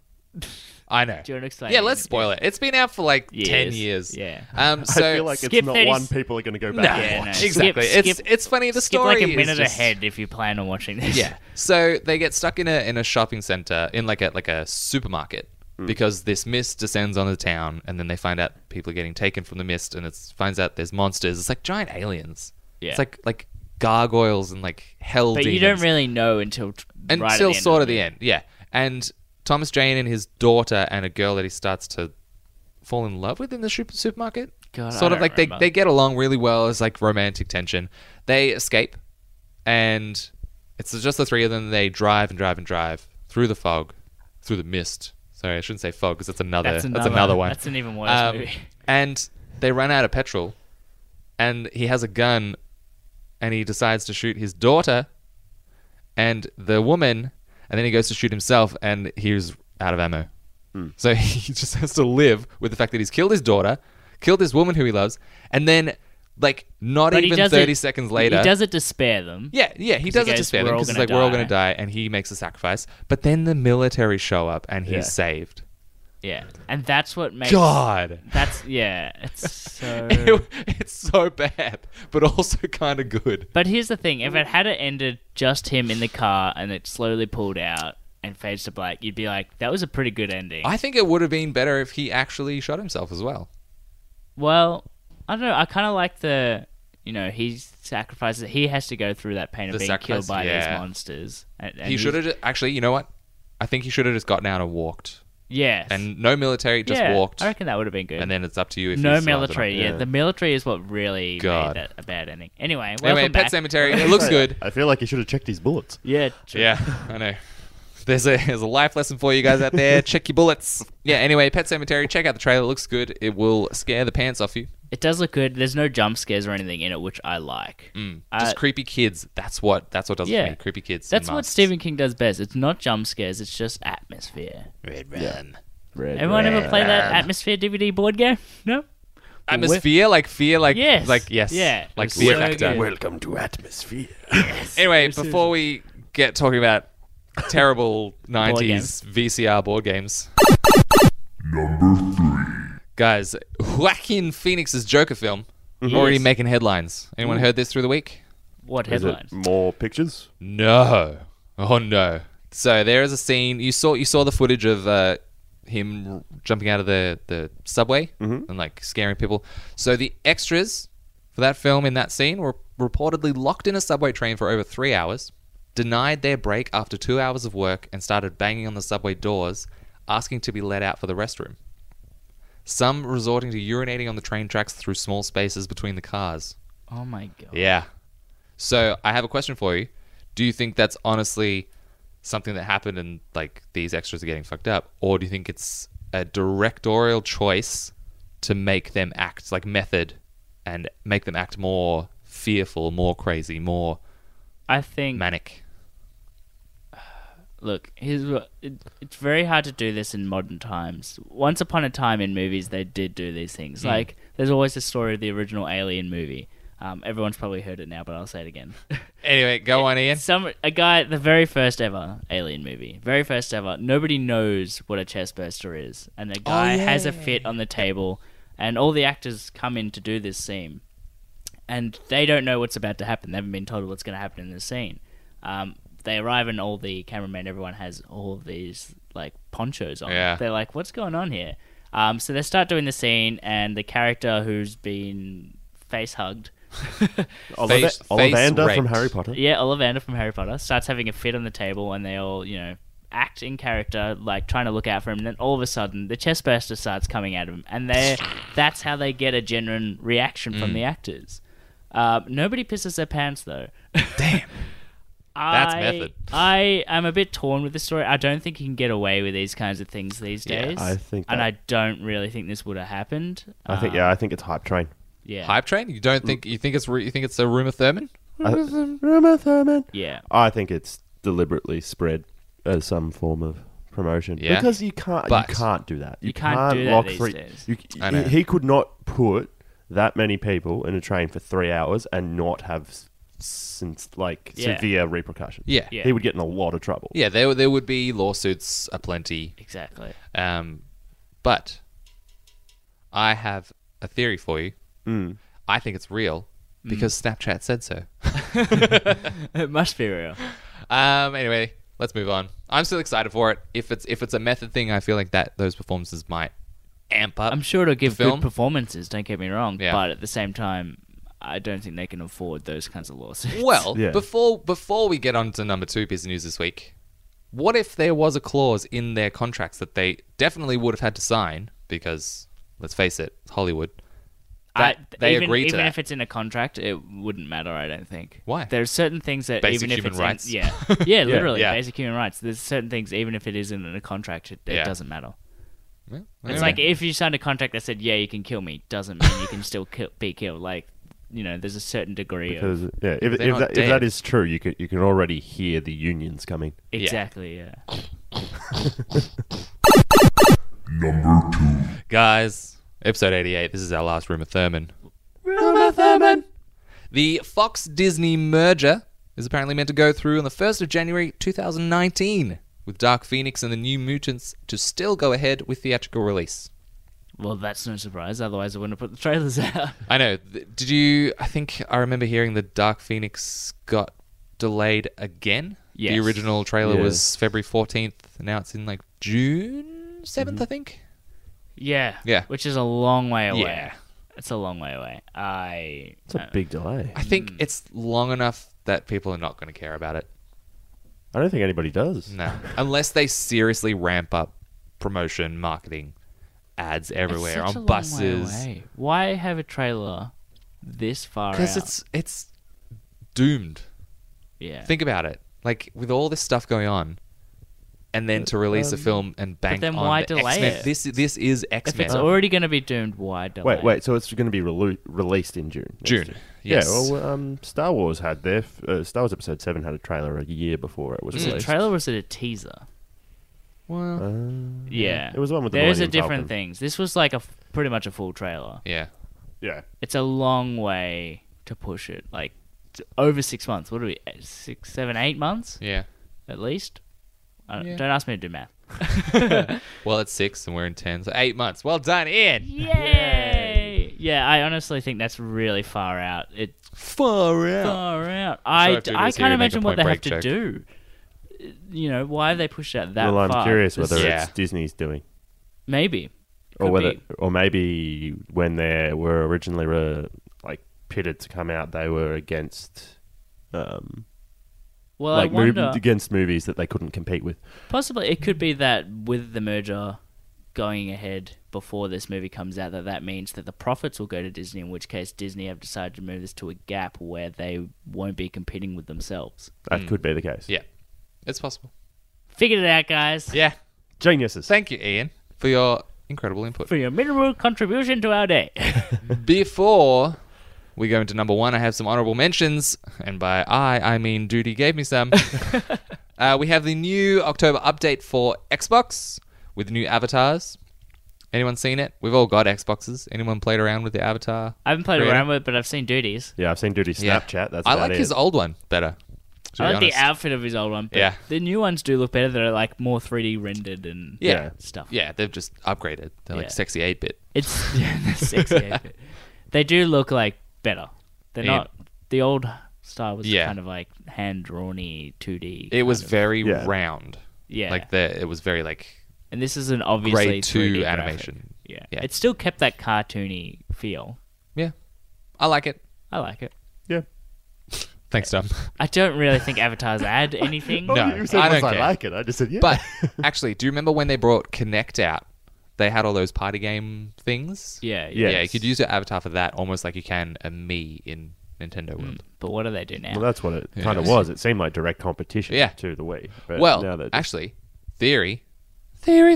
I know. Do you want to explain? yeah, it? let's spoil it. It's been out for like ten Years. years. Yeah. Um. I So feel like skip it's not 30 one people are going to go back no, and Yeah, watch. no. exactly. Skip- it's skip- it's funny. The Skip story like a is minute just- ahead if you plan on watching this. Yeah. So they get stuck in a in a shopping center in like a like a supermarket because this mist descends on the town and then they find out people are getting taken from the mist and it's finds out there's monsters. It's like giant aliens. Yeah. It's like like gargoyles and like hell But you don't demons. really know until t- until right at the end sort of movie. the end. Yeah. And Thomas Jane and his daughter and a girl that he starts to fall in love with in the shu- supermarket. God, I sort of don't like remember. they they get along really well as like romantic tension. They escape, and it's just the three of them. They drive and drive and drive through the fog, through the mist. Sorry, I shouldn't say fog because that's another That's that's another, another- one. Um, that's an even worse [LAUGHS] movie. [LAUGHS] And they run out of petrol, and he has a gun, and he decides to shoot his daughter and the woman, and then he goes to shoot himself, and he's out of ammo. So [LAUGHS] he just has to live with the fact that he's killed his daughter, killed this woman who he loves, and then, like, not But he even does thirty it, seconds later, he does it to spare them. Yeah, yeah, he Because does he it to goes, spare "We're them all because he's gonna like, we're all die." going to die, and he makes a sacrifice. But then the military show up, and he's Yeah. saved. yeah, and that's what makes God. That's yeah, [LAUGHS] it's so. It- [LAUGHS] it's so bad, but also kind of good. But here's the thing: if it had ended just him in the car and it slowly pulled out and fades to black, you'd be like, "That was a pretty good ending." I think it would have been better if he actually shot himself as well. well, I don't know. I kind of like the, you know, he sacrifices. He has to go through that pain of The being sacrifice, killed by yeah. these monsters. And, and he he's- should have actually. You know what? I think he should have just gotten out and walked, Yes. and no military, just yeah, walked, I reckon that would have been good. and then it's up to you if you no survived or not. military. Yeah. Yeah. the military is what really God. made that a bad ending. Anyway, welcome Anyway, Pet back. [LAUGHS] Cemetery. It looks good. I feel like you should have checked his bullets. Yeah, true. Yeah, I know. There's a there's a life lesson for you guys out there. Check your bullets. Yeah. Anyway, Pet Cemetery. Check out the trailer. It looks good. It will scare the pants off you. It does look good. There's no jump scares or anything in it, which I like. Mm, Just creepy kids. That's what that's what does it yeah. for me. Creepy kids. in That's what masks. Stephen King does best. It's not jump scares, it's just atmosphere. Red Everyone ever play that Atmosphere DVD board game? No? Atmosphere, like fear, like Yes. like yes, Yeah. like It's fear so factor. good. Welcome to Atmosphere. Anyway, before we get talking about [LAUGHS] terrible games. 90s VCR board games. Number three. Guys, Joaquin Phoenix's Joker film already making headlines. Anyone heard this through the week? What Is headlines? it more pictures? No. Oh no. So there is a scene you saw you saw the footage of uh, him r- jumping out of the the subway and like scaring people. So the extras for that film in that scene were reportedly locked in a subway train for over 3 hours, denied their break after 2 hours of work and started banging on the subway doors asking to be let out for the restroom. Some resorting to urinating on the train tracks through small spaces between the cars. Oh my god. Yeah. So I have a question for you. Do you think that's honestly something that happened and like these extras are getting fucked up, or do you think it's a directorial choice to make them act like method and make them act more fearful, more crazy, more I think manic? look, here's what, it, it's very hard to do this in modern times. Once upon a time in movies, they did do these things. Like, there's always the story of the original Alien movie. Um, everyone's probably heard it now, but I'll say it again. Anyway, go on, Ian. Some a guy, the very first ever Alien movie, very first ever. Nobody knows what a chest burster is, and the guy has a fit on the table, and all the actors come in to do this scene, and they don't know what's about to happen. They haven't been told what's going to happen in the scene. Um, they arrive, and all the cameramen, everyone has all these like ponchos on. Yeah. They're like, "What's going on here?" Um, so they start doing the scene, and the character who's been face hugged. Oliva- face Ollivander from raped. Harry Potter. Yeah, Ollivander from Harry Potter starts having a fit on the table, and they all, you know, act in character, like trying to look out for him. And then all of a sudden, the chestburster starts coming at him, and [SIGHS] they that's how they get a genuine reaction from Mm. the actors. Uh, nobody pisses their pants though. [LAUGHS] Damn. That's I, method. I am a bit torn with this story. I don't think you can get away with these kinds of things these Yeah, days. I think and that- I don't really think this would have happened. Uh, I think yeah, I think it's hype train. Yeah, Hype train? You don't think you think it's re- you think it's a rumor Thurman? I, Uma Thurman. yeah. I think it's deliberately spread as some form of promotion Yeah. because you can't But- you can't do that. You, can't do that these days. You, I know. he could not put that many people in a train for three hours and not have s- since like Yeah. severe repercussions. Yeah. Yeah. he would get in a lot of trouble. Yeah, there there would be lawsuits aplenty. [LAUGHS] Exactly. Um, but I have a theory for you. Mm. I think it's real Hmm. because Snapchat said so. [LAUGHS] It must be real. Um, anyway, let's move on. I'm still excited for it. If it's if it's a method thing, I feel like that those performances might amp up. I'm sure it'll give film. good performances. Don't get me wrong, Yeah. but at the same time, I don't think they can afford those kinds of lawsuits. Well, Yeah. before before we get on to number two piece of news this week, what if there was a clause in their contracts that they definitely would have had to sign because Let's face it, it's Hollywood. [LAUGHS] I- That- they even, agreed to even that. if it's in a contract, it wouldn't matter. I don't think. Why? There's certain things that Basic even if human it's rights. in, [LAUGHS] yeah, yeah, literally Yeah. basic human rights. There's certain things even if it isn't in a contract, it, it Yeah. doesn't matter. Yeah, It's anyway. like if you signed a contract that said, "Yeah, you can kill me," doesn't mean you can still kill, be killed. Like, you know, there's a certain degree of Because yeah, if, They're if, not that, if dead. that is true, you can you can already hear the unions coming. exactly, yeah. guys, episode 88. This is our last rumor Thurman. Rumor Thurman. The Fox Disney merger is apparently meant to go through on the 1st of January 2019, with Dark Phoenix and the New Mutants to still go ahead with theatrical release. Well, that's no surprise. Otherwise, I wouldn't have put the trailers [LAUGHS] out. I know. Th- Did you? I think I remember hearing the Dark Phoenix got delayed again. The Yes. original trailer was February 14th. Now it's in like June 7th, I think. yeah, Yeah. which is a long way away. Yeah. It's a long way away. I uh, It's a big delay. I think it's long enough that people are not going to care about it. I don't think anybody does. No. Unless they seriously ramp up promotion, marketing, ads everywhere, It's such a long on way buses. away. Why have a trailer this far? Because out? it's it's doomed. yeah. Think about it. Like with all this stuff going on, and then to release a film and bank Um, then on why the delay X-Men. it? This this is X if it's Men. already going to be doomed, why delay? Wait, wait. So it's going to be relu- released in June. next June, year. yes. Yeah. Well, um, Star Wars had their f- uh, Star Wars Episode Seven had a trailer a year before it was Mm, Was it a released. trailer or was it a teaser? Well, Uh-huh. Yeah, It was one with the There's a Millennium different Falcon. things. This was like a f- pretty much a full trailer. yeah. Yeah. It's a long way to push it. Like t- over six months. What are we? eh, Six, seven, eight months Yeah. at least. I don't, Yeah. don't ask me to do math. [LAUGHS] [LAUGHS] Well, it's six and we're in ten, so eight months. Well done, Ian. Yay! Yeah, I honestly think that's really far out. It Far out. far out. sure I, if it I is here, can't you make a imagine what they have point to break do. You know, why have they pushed it out that well, I'm far? curious This- whether Yeah. it's Disney's doing, maybe. or Could whether, be. or maybe when they were originally re- like pitted to come out, they were against, um, Well, like I mov- wonder. against movies that they couldn't compete with. Possibly, it could be that with the merger going ahead before this movie comes out, that that means that the profits will go to Disney. In which case, Disney have decided to move this to a gap where they won't be competing with themselves. That could be the case. Mm. Yeah, it's possible. Figured it out, guys. Yeah. Geniuses. Thank you, Ian, for your incredible input. For your minimal contribution to our day. [LAUGHS] Before we go into number one, I have some honorable mentions, and by I, I mean duty gave [LAUGHS] me some. uh, we have the new October update for Xbox with new avatars. Anyone seen it? We've all got Xboxes. Anyone played around with the avatar? I haven't played Really? around with, it, but I've seen duties. yeah, I've seen Duty Yeah. Snapchat. That's I about like it. his old one better. to I be like honest. the outfit of his old one. But Yeah. The new ones do look better. They're like more 3D rendered and Yeah. Yeah. stuff. Yeah, they've just upgraded. They're Yeah. like sexy 8 bit. [LAUGHS] It's [LAUGHS] yeah, they're sexy. eh, but they do look like better. They're Yeah. not the old style was Yeah. kind of like hand drawny two D. It was very Yeah. round. yeah, Like, the, it was very, like, and this is an obviously grade 2 3D graphic. animation. Yeah. Yeah. it still kept that cartoony feel. Yeah. I like it. I like it. Yeah. Thanks, Dom. [LAUGHS] I don't really think [LAUGHS] avatars add anything. No. Oh, You said I once don't I care. like it. I just said yeah. [LAUGHS] But actually, do you remember when they brought Connect out? They had all those party game things. Yeah, yeah. Yeah. Yeah, you Yes. could use your avatar for that almost like you can a me in Mm. Nintendo World. But what do they do now? well, that's what [LAUGHS] it kind of Yes. was. It seemed like direct competition Yeah. to the Wii. But now well, that actually, theory, theory,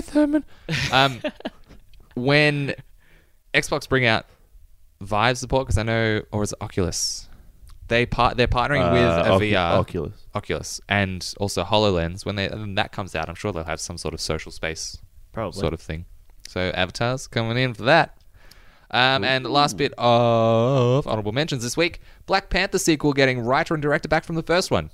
[LAUGHS] Thurman. Um, when Xbox bring out Vive support, because I know, or is it Oculus? They part they're partnering Uh, with a Ocu- VR Oculus. Oculus, and also Hololens. When they when that comes out, I'm sure they'll have some sort of social space Probably. sort of thing. So avatars coming in for that. Um, and last bit of honorable mentions this week: Black Panther sequel getting writer and director back from the first one.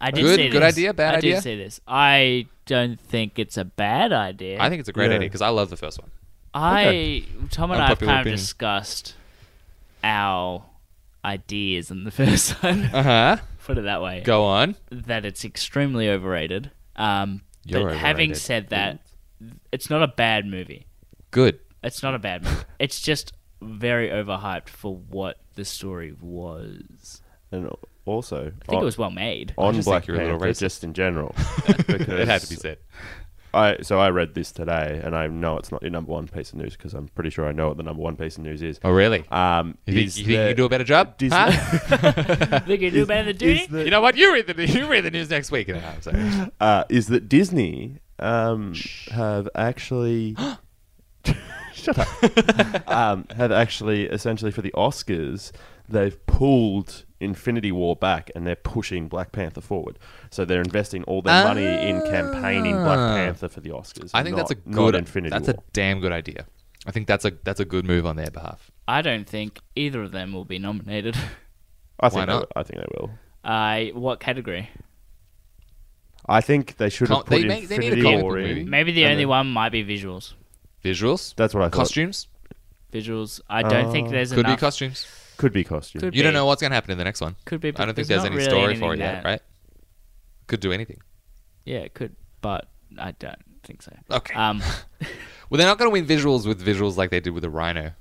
I did Good- see good this. idea, bad I idea? did see this. I don't think it's a bad idea. I think it's a great Yeah. idea because I love the first one. I Tom and I have Unpopular kind of opinion. discussed our ideas in the [LAUGHS] first one. Uh Uh-huh. huh. Put it that way. Go on. That it's extremely overrated. Um, but You're having overrated. said that, it's not a bad movie. Good. It's not a bad [LAUGHS] movie. it's just very overhyped for what the story was. and also I think it was well made. on just Black think you're a little [LAUGHS] Panther racist. just in general. It had to be said. I so I read this today, and I know it's not your number one piece of news because I'm pretty sure I know what the number one piece of news is. Oh, really? Um, you think, is you, think you that can do a better job? Disney- [LAUGHS] Huh? Think you do better [LAUGHS] than is duty? that- you know what? You read the you read the news next week. No, I'm sorry. uh, is that Disney um, have [GASPS] actually shut up [LAUGHS] um, have actually essentially for the Oscars they've pulled Infinity War back and they're pushing Black Panther forward. So they're investing all their money in campaigning Ah. Black Panther for the Oscars. I think not- that's a not good. Infinity that's War. a damn good idea. I think that's a that's a good move on their behalf. I don't think either of them will be nominated. [LAUGHS] I think Why they, not? I think they will. I Uh, what category? I think they should Can't- have put they make- they need a Infinity comic War book in. movie. Maybe the And only then- one might be visuals. Visuals, That's what I thought. costumes, Visuals. I don't think there's could enough. be costumes. Could be costume. Could You don't be. know what's going to happen in the next one. Could be. I don't think there's there's any not really story for it anything yet, that- right? Could do anything. Yeah, it could, but I don't think so. Okay. Um, Well, they're not going to win visuals with visuals like they did with the Rhino.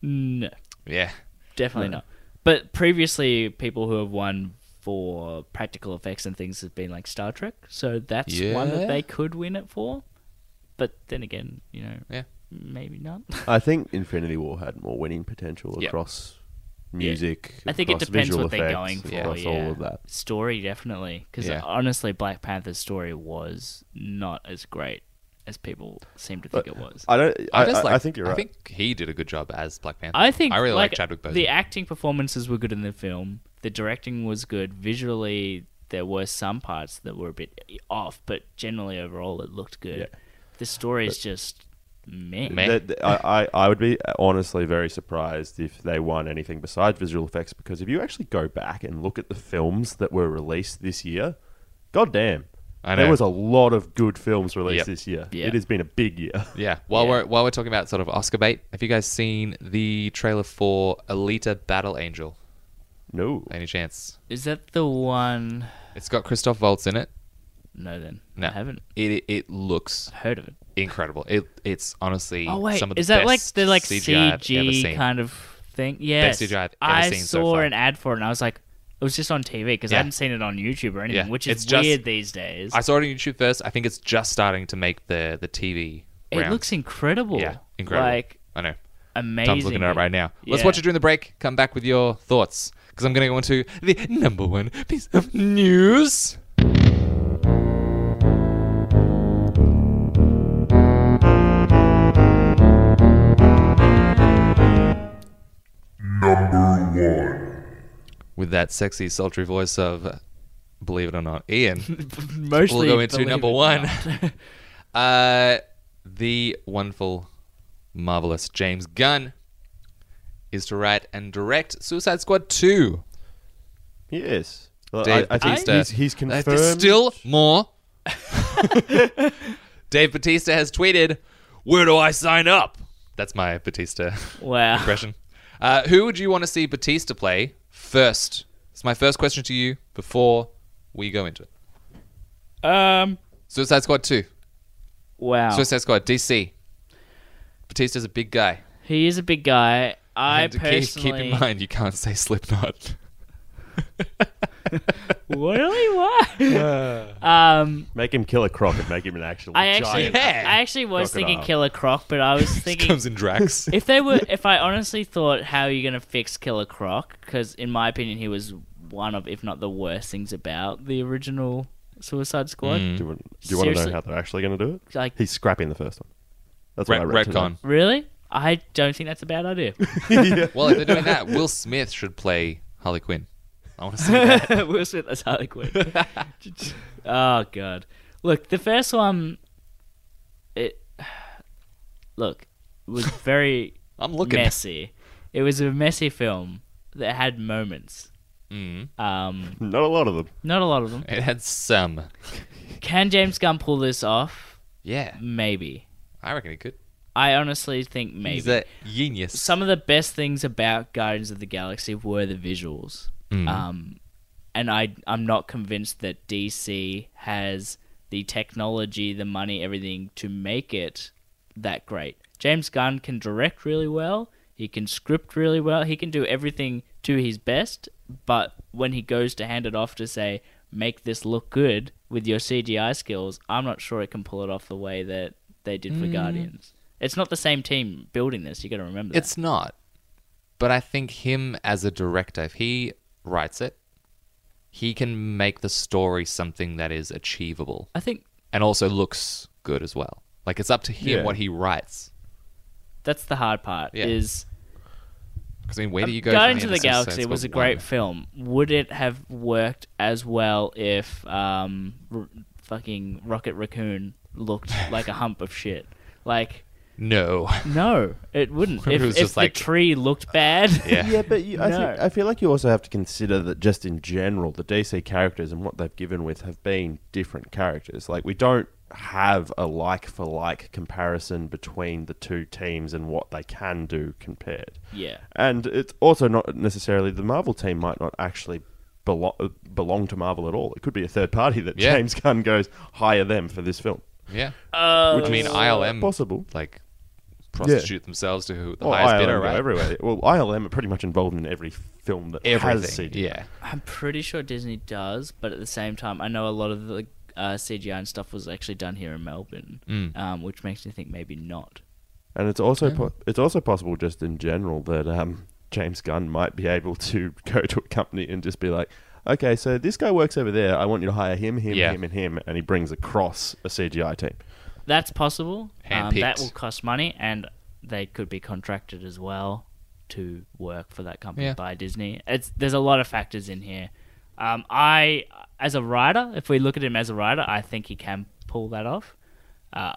no, Yeah. definitely not. But previously, people who have won for practical effects and things have been like Star Trek, so that's one Yeah. that they could win it for. But then again, you know, Yeah. maybe not. I think Infinity War had more winning potential Yep. across music. I think it across depends visual what they're effects, going for. Across yeah. all of that. story, definitely. Because Yeah. honestly, Black Panther's story was not as great as people seem to think it was. I don't. I, I, just I- like. I think you're right. I think he did a good job as Black Panther. I think I really like, like, Chadwick Boseman. The acting performances were good in the film. The directing was good. Visually, there were some parts that were a bit off, but generally overall, it looked good. Yeah. The story is just meh. Meh. That- that- I, I, I would be honestly very surprised if they won anything besides visual effects because if you actually go back and look at the films that were released this year, goddamn, I know. there was a lot of good films released Yep. this year. Yeah. It has been a big year. yeah. While Yeah. we're while we're talking about sort of Oscar bait, have you guys seen the trailer for Alita: Battle Angel? no, Any chance? Is that the one? It's got Christoph Waltz in it. No, then No. I haven't It it looks heard of it. incredible. It it's honestly Oh wait, some of the is that like best the like CGI I've ever CG seen. kind of thing? Yes, CGI I've ever I seen so saw far. an ad for it, and I was like, it was just on TV because Yeah. I hadn't seen it on YouTube or anything, Yeah. which is It's just- weird these days. I saw it on YouTube first. I think it's just starting to make the the TV. it rounds. looks incredible. yeah incredible. Like I know. amazing. Tom's looking at it right now. Let's Yeah. watch it during the break. Come back with your thoughts because I'm going to go into the number one piece of news. With that sexy, sultry voice of, uh, believe it or not, Ian. [LAUGHS] Mostly we'll go into believe number it or one. not. [LAUGHS] uh, the wonderful, marvelous James Gunn is to write and direct Suicide Squad 2. yes, Well, Dave I, I think Bautista. he's, he's Uh, there's confirmed. still [LAUGHS] more. [LAUGHS] Dave Batista has tweeted, Where do I sign up? That's my Batista [LAUGHS] [LAUGHS] Wow. impression. Uh, who would you want to see Batista play first? It's my first question to you before we go into it. Um. Suicide Squad 2. Oh. Wow. Suicide Squad, DC. Batista's a big guy. he is a big guy. I And keep- personally. keep, in mind, you can't say Slipknot. [LAUGHS] [LAUGHS] really? What? [LAUGHS] um. Make him kill a croc and make him an actual [LAUGHS] I actually, giant. I actually was thinking crocodile. Killer Croc, but [LAUGHS] I was thinking Comes [LAUGHS] in Drax. if they were if i honestly thought how are you going to fix killer croc because in my opinion he was one of if not the worst things about the original suicide squad Do you, want- do you want Hmm? to know Seriously. how they're actually going to do it? Like- he's scrapping the first one. That's Red, what I read today. Redcon. really i don't think that's a bad idea [LAUGHS] Well, if they're doing that, Will Smith should play Harley Quinn. I want to [LAUGHS] see that. will smith as harley quinn oh god look the first one it look was very I'm looking. messy it was a messy film that had moments um Not a lot of them. not a lot of them It had some. Can James Gunn pull this off? Yeah, Maybe. I reckon he could. I honestly think maybe. He's a genius. Some of the best things about Guardians of the Galaxy were the visuals. Um, and I, I'm not convinced that DC has the technology, the money, everything to make it that great. James Gunn can direct really well. He can script really well. He can do everything to his best. But when he goes to hand it off to say, make this look good, with your CGI skills, I'm not sure it can pull it off the way that they did for Guardians. It's not the same team building this. You got to remember that. It's not. But I think him as a director, if he writes it, he can make the story something that is achievable I think and also looks good as well. Like it's up to him Yeah. what he writes. that's the hard part. Yeah. Is Because I mean, where do you go? Guardians from of the here? This is- Galaxy it's was a got great one- film. Would it have worked as well if um, r- fucking Rocket Raccoon [LAUGHS] looked like a hump of shit? Like, No. no, it wouldn't. [LAUGHS] It if was if just the like- uh, tree looked bad, [LAUGHS] Yeah. Yeah, but you, I, No. think, I feel like you also have to consider that just in general, the DC characters and what they've given with have been different characters. Like we don't have a like for like comparison between the two teams and what they can do compared. yeah. And it's also not necessarily the Marvel team might not actually belo- belong to Marvel at all. It could be a third party that Yeah. James Gunn goes hire them for this film. Yeah. Uh, I Which mean, is, uh, ILM possible. like prostitute themselves to who the Well, highest ILM bidder, go right? [LAUGHS] everywhere. Well, ILM are pretty much involved in every film that has Everything. CGI. Yeah. [LAUGHS] I'm pretty sure Disney does, but at the same time, I know a lot of the uh, CGI and stuff was actually done here in Melbourne, Mm. um, which makes me think maybe not. And it's also po- it's also possible, just in general, that um, James Gunn might be able [LAUGHS] to go to a company and just be like, "Okay, so this guy works over there. I want you to hire him, him, Yeah. him, and him," and he brings across a CGI team. That's possible. Um, Handpicked. that will cost money, and they could be contracted as well to work for that company Yeah. by Disney. It's there's a lot of factors in here. Um, I, as a writer, if we look at him as a writer, I think he can pull that off. Uh,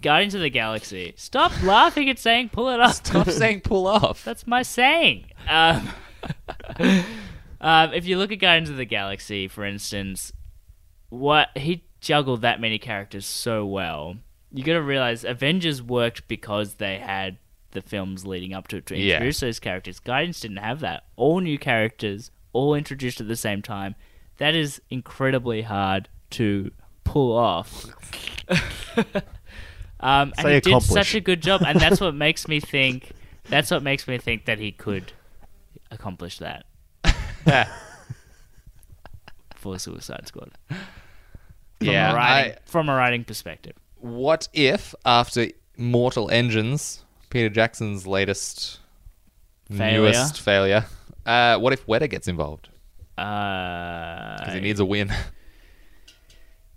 Guardians of the Galaxy. Stop [LAUGHS] laughing at saying pull it off. [LAUGHS] Stop saying pull off. That's my saying. Um, [LAUGHS] um, if you look at Guardians of the Galaxy, for instance, what he juggled that many characters so well. You got to realize Avengers worked because they had the films leading up to it to Yeah. introduce those characters. Guardians didn't have that. All new characters, all introduced at the same time. That is incredibly hard to pull off. um, and Say he did accomplish. such a good job, and that's [LAUGHS] what makes me think. That's what makes me think that he could accomplish that [LAUGHS] for Suicide Squad. From yeah. a writing, from a writing perspective. what if after Mortal Engines, Peter Jackson's latest Failure. newest failure, uh, what if Weta gets involved? Because Uh, he needs a win.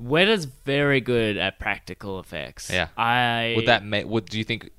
Weta's very good at practical effects. Yeah. I would that make? Would do you think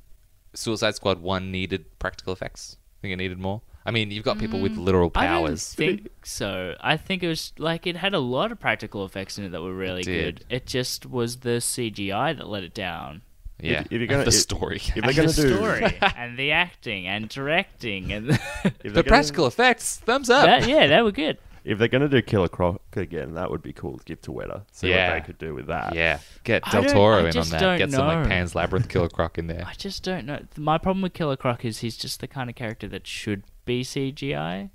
Suicide Squad One needed practical effects? Think it needed more? I mean, you've got people with literal Mm, I don't powers. think so. I think it was like it had a lot of practical effects in it that were really did. good. It just was the CGI that let it down. Yeah, If- if you're gonna- the if- story. If And they're going the to do story [LAUGHS] and the acting and directing and [LAUGHS] if [LAUGHS] the they're gonna- practical effects, thumbs up. that, yeah, that were good. if they're going to do Killer Croc again, that would be cool to give to Weta. See Yeah. what they could do with that. Yeah, get I Del don't- I Toro in on just that. don't Get some like know. Pan's Labyrinth Killer Croc [LAUGHS] in there. I just don't know. My problem with Killer Croc is he's just the kind of character that should be CGI.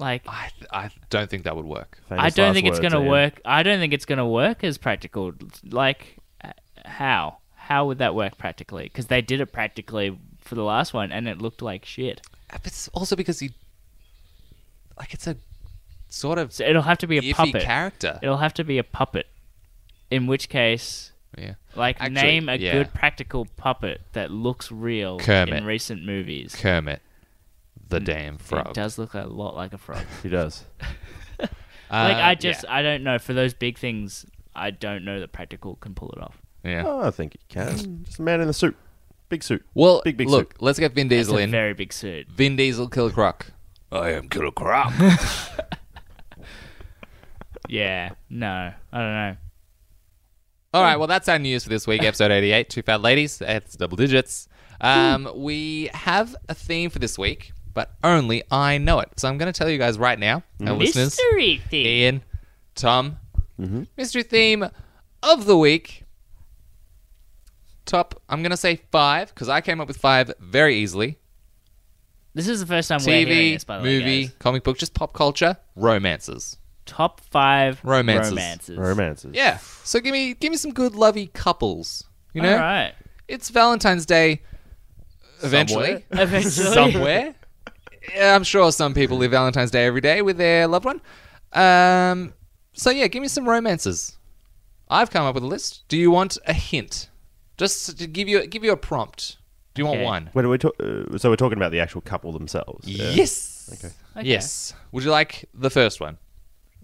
Like I, I don't think that would work. Famous I don't last think it's words, going to Ian. work. I don't think it's going to work as practical. Like, h- how? How would that work practically? Because they did it practically for the last one, and it looked like shit. It's also because he, like, it's a sort of So it'll have to be a iffy puppet. character. It'll have to be a puppet. In which case, Yeah. like, Actually, name a yeah. good practical puppet that looks real Kermit. in recent movies. Kermit, the damn Mm, It frog. does look a lot like a frog. He does. like, [LAUGHS] Uh, I just, yeah. I don't know. For those big things, I don't know that practical can pull it off. yeah. Oh, I think he can. Just a man in the suit, big suit. Well, big, big look, suit. let's get Vin It's Diesel a in. very big suit. Vin Diesel, Killer Croc. I am Killer Croc. Yeah. No, I don't know. All right, well, that's our news for this week, episode 88, Two Fat Ladies. It's double digits. Um, Hmm. we have a theme for this week, but only I know it. So I'm going to tell you guys right now, and listeners, Mm-hmm. Mystery Mm-hmm. thing. Ian, Tom, mystery theme of the week. Top, I'm going to say five because I came up with five very easily. This is the first time we're hearing TV, this, by the way. movie, guys. comic book, just pop culture, romances. Top five Romances. romances. Romances. Yeah. So give me give me some good lovey couples. You know, All right. it's Valentine's Day. Eventually, [LAUGHS] Eventually. somewhere. Yeah, I'm sure some people live Valentine's Day every day with their loved one. Um, so yeah, give me some romances. I've come up with a list. Do you want a hint? Just to give you give you a prompt. Do you want Okay. one? When we ta- uh, so we're talking about the actual couple themselves. Yeah. Yes. Okay. Yes. Would you like the first one?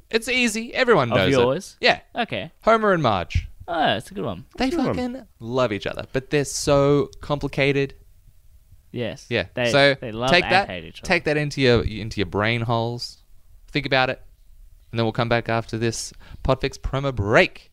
It's easy. Everyone Of knows it. yours? Yeah. [LAUGHS] Okay. Homer and Marge. Oh, that's a good one. They fucking love each other, but they're so complicated. Yes. Yeah. They, so they love take and that, hate each other. take that into your into your brain holes. Think about it, and then we'll come back after this Podfix promo break.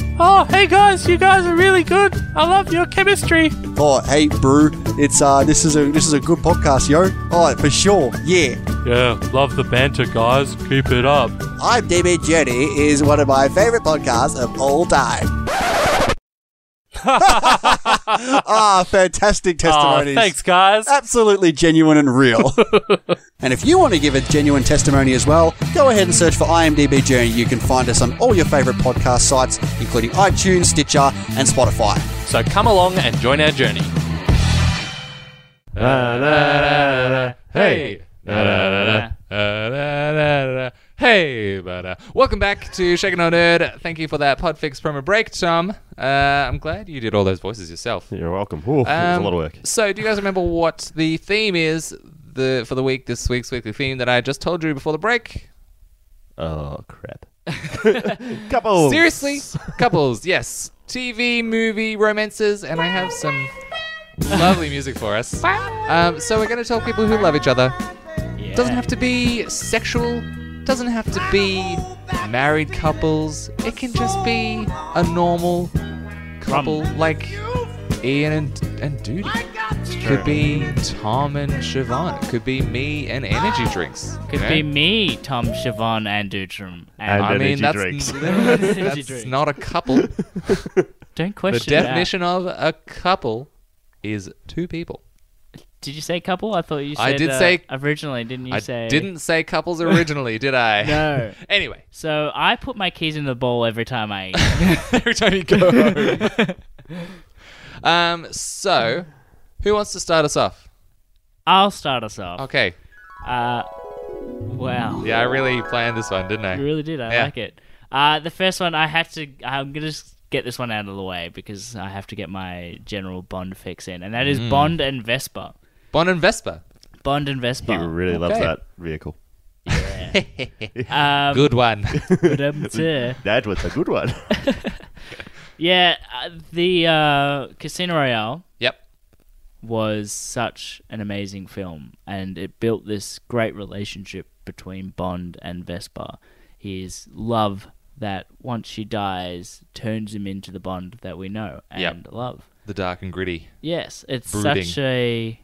Oh, hey guys, you guys are really good. I love your chemistry. Oh, hey, brew, it's uh, this is a this is a good podcast, yo. Oh, for sure, yeah. Yeah, love the banter, guys. Keep it up. I'm DB Journey is one of my favorite podcasts of all [LAUGHS] time. [LAUGHS] ah, fantastic Ah, testimonies. thanks, guys. absolutely genuine and real. and if you want to give a genuine testimony as well, go ahead and search for IMDb Journey. You can find us on all your favorite podcast sites, including iTunes, Stitcher, and Spotify. So come along and join our journey. Hey. Hey, but uh, welcome back to Shaken on Nerd. Thank you for that Podfix promo break, Tom. Uh, I'm glad you did all those voices yourself. Um, You're welcome. Ooh, that was a lot of work. So, do you guys remember what the theme is the for the week? This week's weekly theme that I just told you before the break. Oh [LAUGHS] crap. couple. Seriously, couples, yes, TV, movie, romances, and I have some lovely music for us. Um, so we're going to tell people who love each other. Doesn't have to be sexual. Doesn't have to be married couples. It can just be a normal couple like Ian and and Duty. Could be Tom and Siobhan. It could be me and energy drinks. you Could know? be me, Tom, Siobhan, and Dutram. And, And- I energy mean, that's, drinks. Energy [LAUGHS] that's drinks. not a couple. don't The question that. definition of a couple is two people. Did you say couple? I thought you said. I did uh, say- originally, didn't you I say? didn't say couples originally, did [LAUGHS] I? No. [LAUGHS] [LAUGHS] Anyway, So I put my keys in the bowl every time I. [LAUGHS] every time you go. [LAUGHS] um. So, who wants to start us off? I'll start us off. Okay. Uh, wow. Oh, Yeah, I really planned this one, didn't I? You really did. I Yeah. like it. Uh, the first one I had to. I'm gonna just get this one out of the way because I have to get my general Bond fix in, and that Mm. is Bond and Vespa. Bon and Vespa. Bond and Vespa. He really loves Okay. that vehicle. Um, [LAUGHS] Good one. [LAUGHS] Good. That was a [LAUGHS] good one. yeah, uh, the uh, Casino Royale yep. was such an amazing film, and it built this great relationship between Bond and Vespa. His love that once she dies turns him into the Bond that we know and Yep. love. The dark and gritty. Yes, it's Brooding. such a,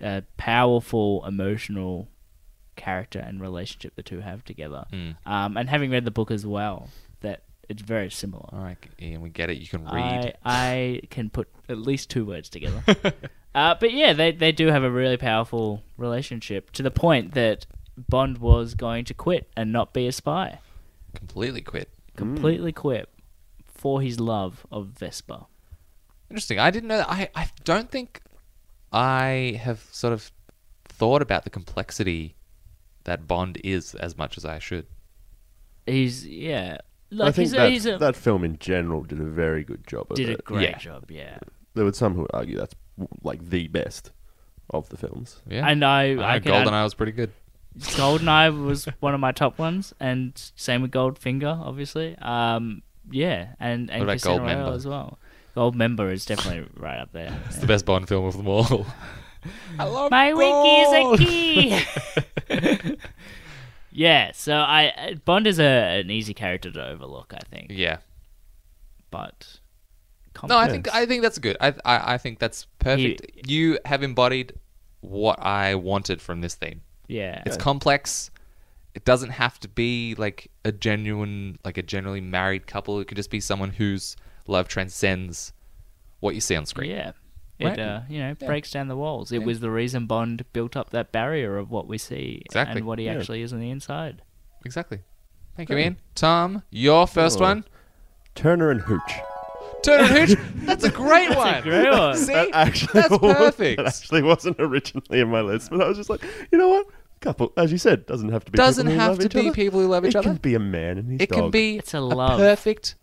a powerful emotional character and relationship the two have together. Mm. Um, and having read the book as well, that it's very similar. All right, Ian, we get it. You can I read. I can put at least two words [LAUGHS] together. uh, but yeah, they they do have a really powerful relationship to the point that Bond was going to quit and not be a spy, Completely quit. completely quit for his love of Vespa. Interesting. I didn't know that. I, I don't think I have sort of thought about the complexity that Bond is as much as I should. He's yeah, like I think he's, a- that, he's a, that film in general did a very good job of did a it. great Yeah. job. Yeah. There were some who would argue that's like the best of the films. Yeah. And I, I I, know can add- Goldeneye was pretty good. Goldeneye was one of my top ones, and same with Goldfinger, obviously. Um, yeah, and and What about Casino Goldmember? Royale as well. Gold member is definitely right up there. It's the best Bond film of them all. [LAUGHS] I love My Bond! wiki is a key. [LAUGHS] yeah, so I Bond is a, an easy character to overlook, I think. Yeah. But No, I think I think that's good. I I, I think that's perfect. you have embodied what I wanted from this theme. yeah, It's complex. It doesn't have to be like a genuine, like a generally married couple. It could just be someone who's Love transcends what you see on screen. Yeah. It Right. uh, you know breaks down the walls. It was the reason Bond built up that barrier of what we see Exactly. and what he Yeah. actually is on the [LAUGHS] inside. Exactly. Thank you, Ian. Tom, your first Cool. one. Turner and Hooch. Turner and Hooch. That's [LAUGHS] a great one. great one. [LAUGHS] See, That actually [LAUGHS] that's was- perfect. That actually wasn't originally in my list, but I was just like, you know what? Couple, as you said, doesn't have to be. people Doesn't who have love to each be other. people who love each It other. can be a man and his it can dog. be It's a love. perfect.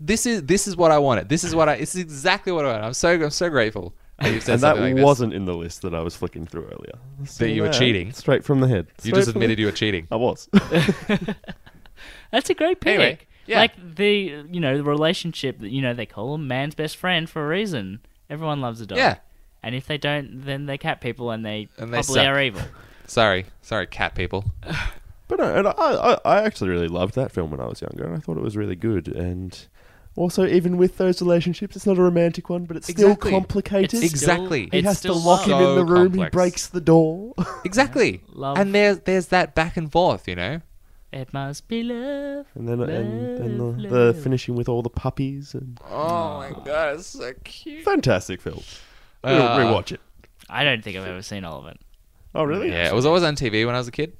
This is this is what I wanted. This is what I. This is exactly what I wanted. I'm so I'm so grateful that you've said And that something like wasn't in the list that I was flicking through earlier. So you were there, cheating. Straight from the head. this. You just admitted you were cheating. I [LAUGHS] was. [LAUGHS] That's a great pick. Anyway, yeah. Like the you know the relationship that you know they call him man's best friend for a reason. Everyone loves a dog. Yeah. And if they don't, then they're cat people and they And they probably suck. are evil. Sorry, sorry, cat people. But no, and I, I, I actually really loved that film when I was younger, and I thought it was really good. And also, even with those relationships, it's not a romantic one, but it's still Exactly. complicated. It's still- Exactly. he it's has to still lock love. him in So the room. complex. He breaks the door. [LAUGHS] Exactly. [LAUGHS] Love. And there's there's that back and forth, you know. It must be love. and then and, and the, Love, the love. finishing with all the puppies. And Oh my god, it's so cute. fantastic film. Re- Uh, rewatch it. I don't think I've ever seen all of it. Oh really? Yeah, it was always on TV when I was a kid.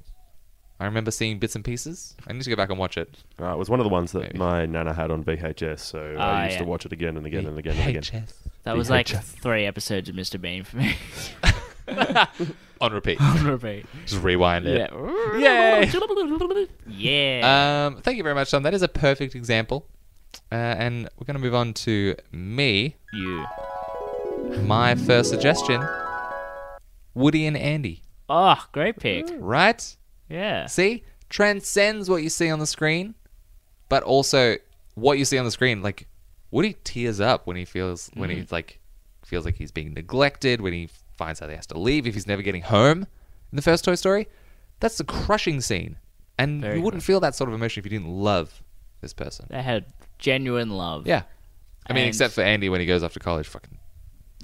I remember seeing bits and pieces. I need to go back and watch it. Uh, it was one of the ones that Maybe. my nana had on VHS, so Ah, I used yeah. to watch it again and again and again and again. VHS. That was like three episodes of Mr. Bean for me. [LAUGHS] On repeat. On repeat. [LAUGHS] Just rewind it. Yeah. Yay. Yeah. Um, thank you very much, Tom. That is a perfect example. Uh, and we're going to move on to me. you. My first suggestion Woody and Andy. Oh, great pick. Right? Yeah. See? Transcends what you see on the screen, but also what you see on the screen. Like, Woody tears up when he feels, when Mm-hmm. he's like, feels like he's being neglected, when he finds out he has to leave, if he's never getting home in the first Toy Story. That's a crushing scene. And Very you wouldn't feel that sort of emotion if you didn't love this person. They had genuine love. Yeah. I mean, And- except for Andy when he goes off to college, fucking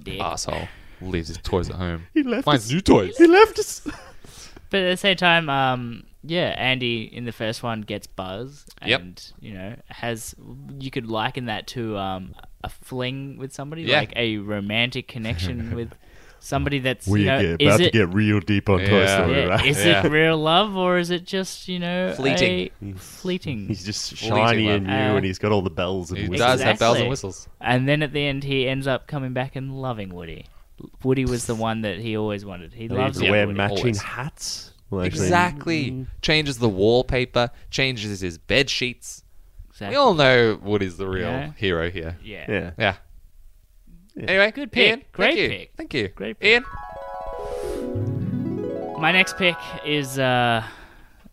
Dick. asshole. Leaves his toys at home. He left Finds us- new toys. He left us. But at the same time, um, yeah, Andy in the first one gets buzz, and Yep. you know has you could liken that to um, a fling with somebody, Yeah. like a romantic connection with somebody that's We you know, get is about to it get real deep on Toy Yeah. Story, yeah, right? is Yeah. it real love or is it just you know Fleeting. a- fleeting? [LAUGHS] He's just Well, shiny easy and one. new, Uh, and he's got all the bells and He whistles. does have bells and Exactly. whistles. And then at the end, he ends up coming back and loving Woody. Woody was the one that he always wanted. He They loves even wear Woody. matching always. hats. Well, actually, Exactly. Changes the wallpaper, changes his bed sheets. We Exactly. all know Woody's the real Yeah. hero here. Yeah. Yeah. Yeah. Anyway, Good pick. Ian, Great thank you. pick. Thank you. Great pick. Ian, My next pick is uh,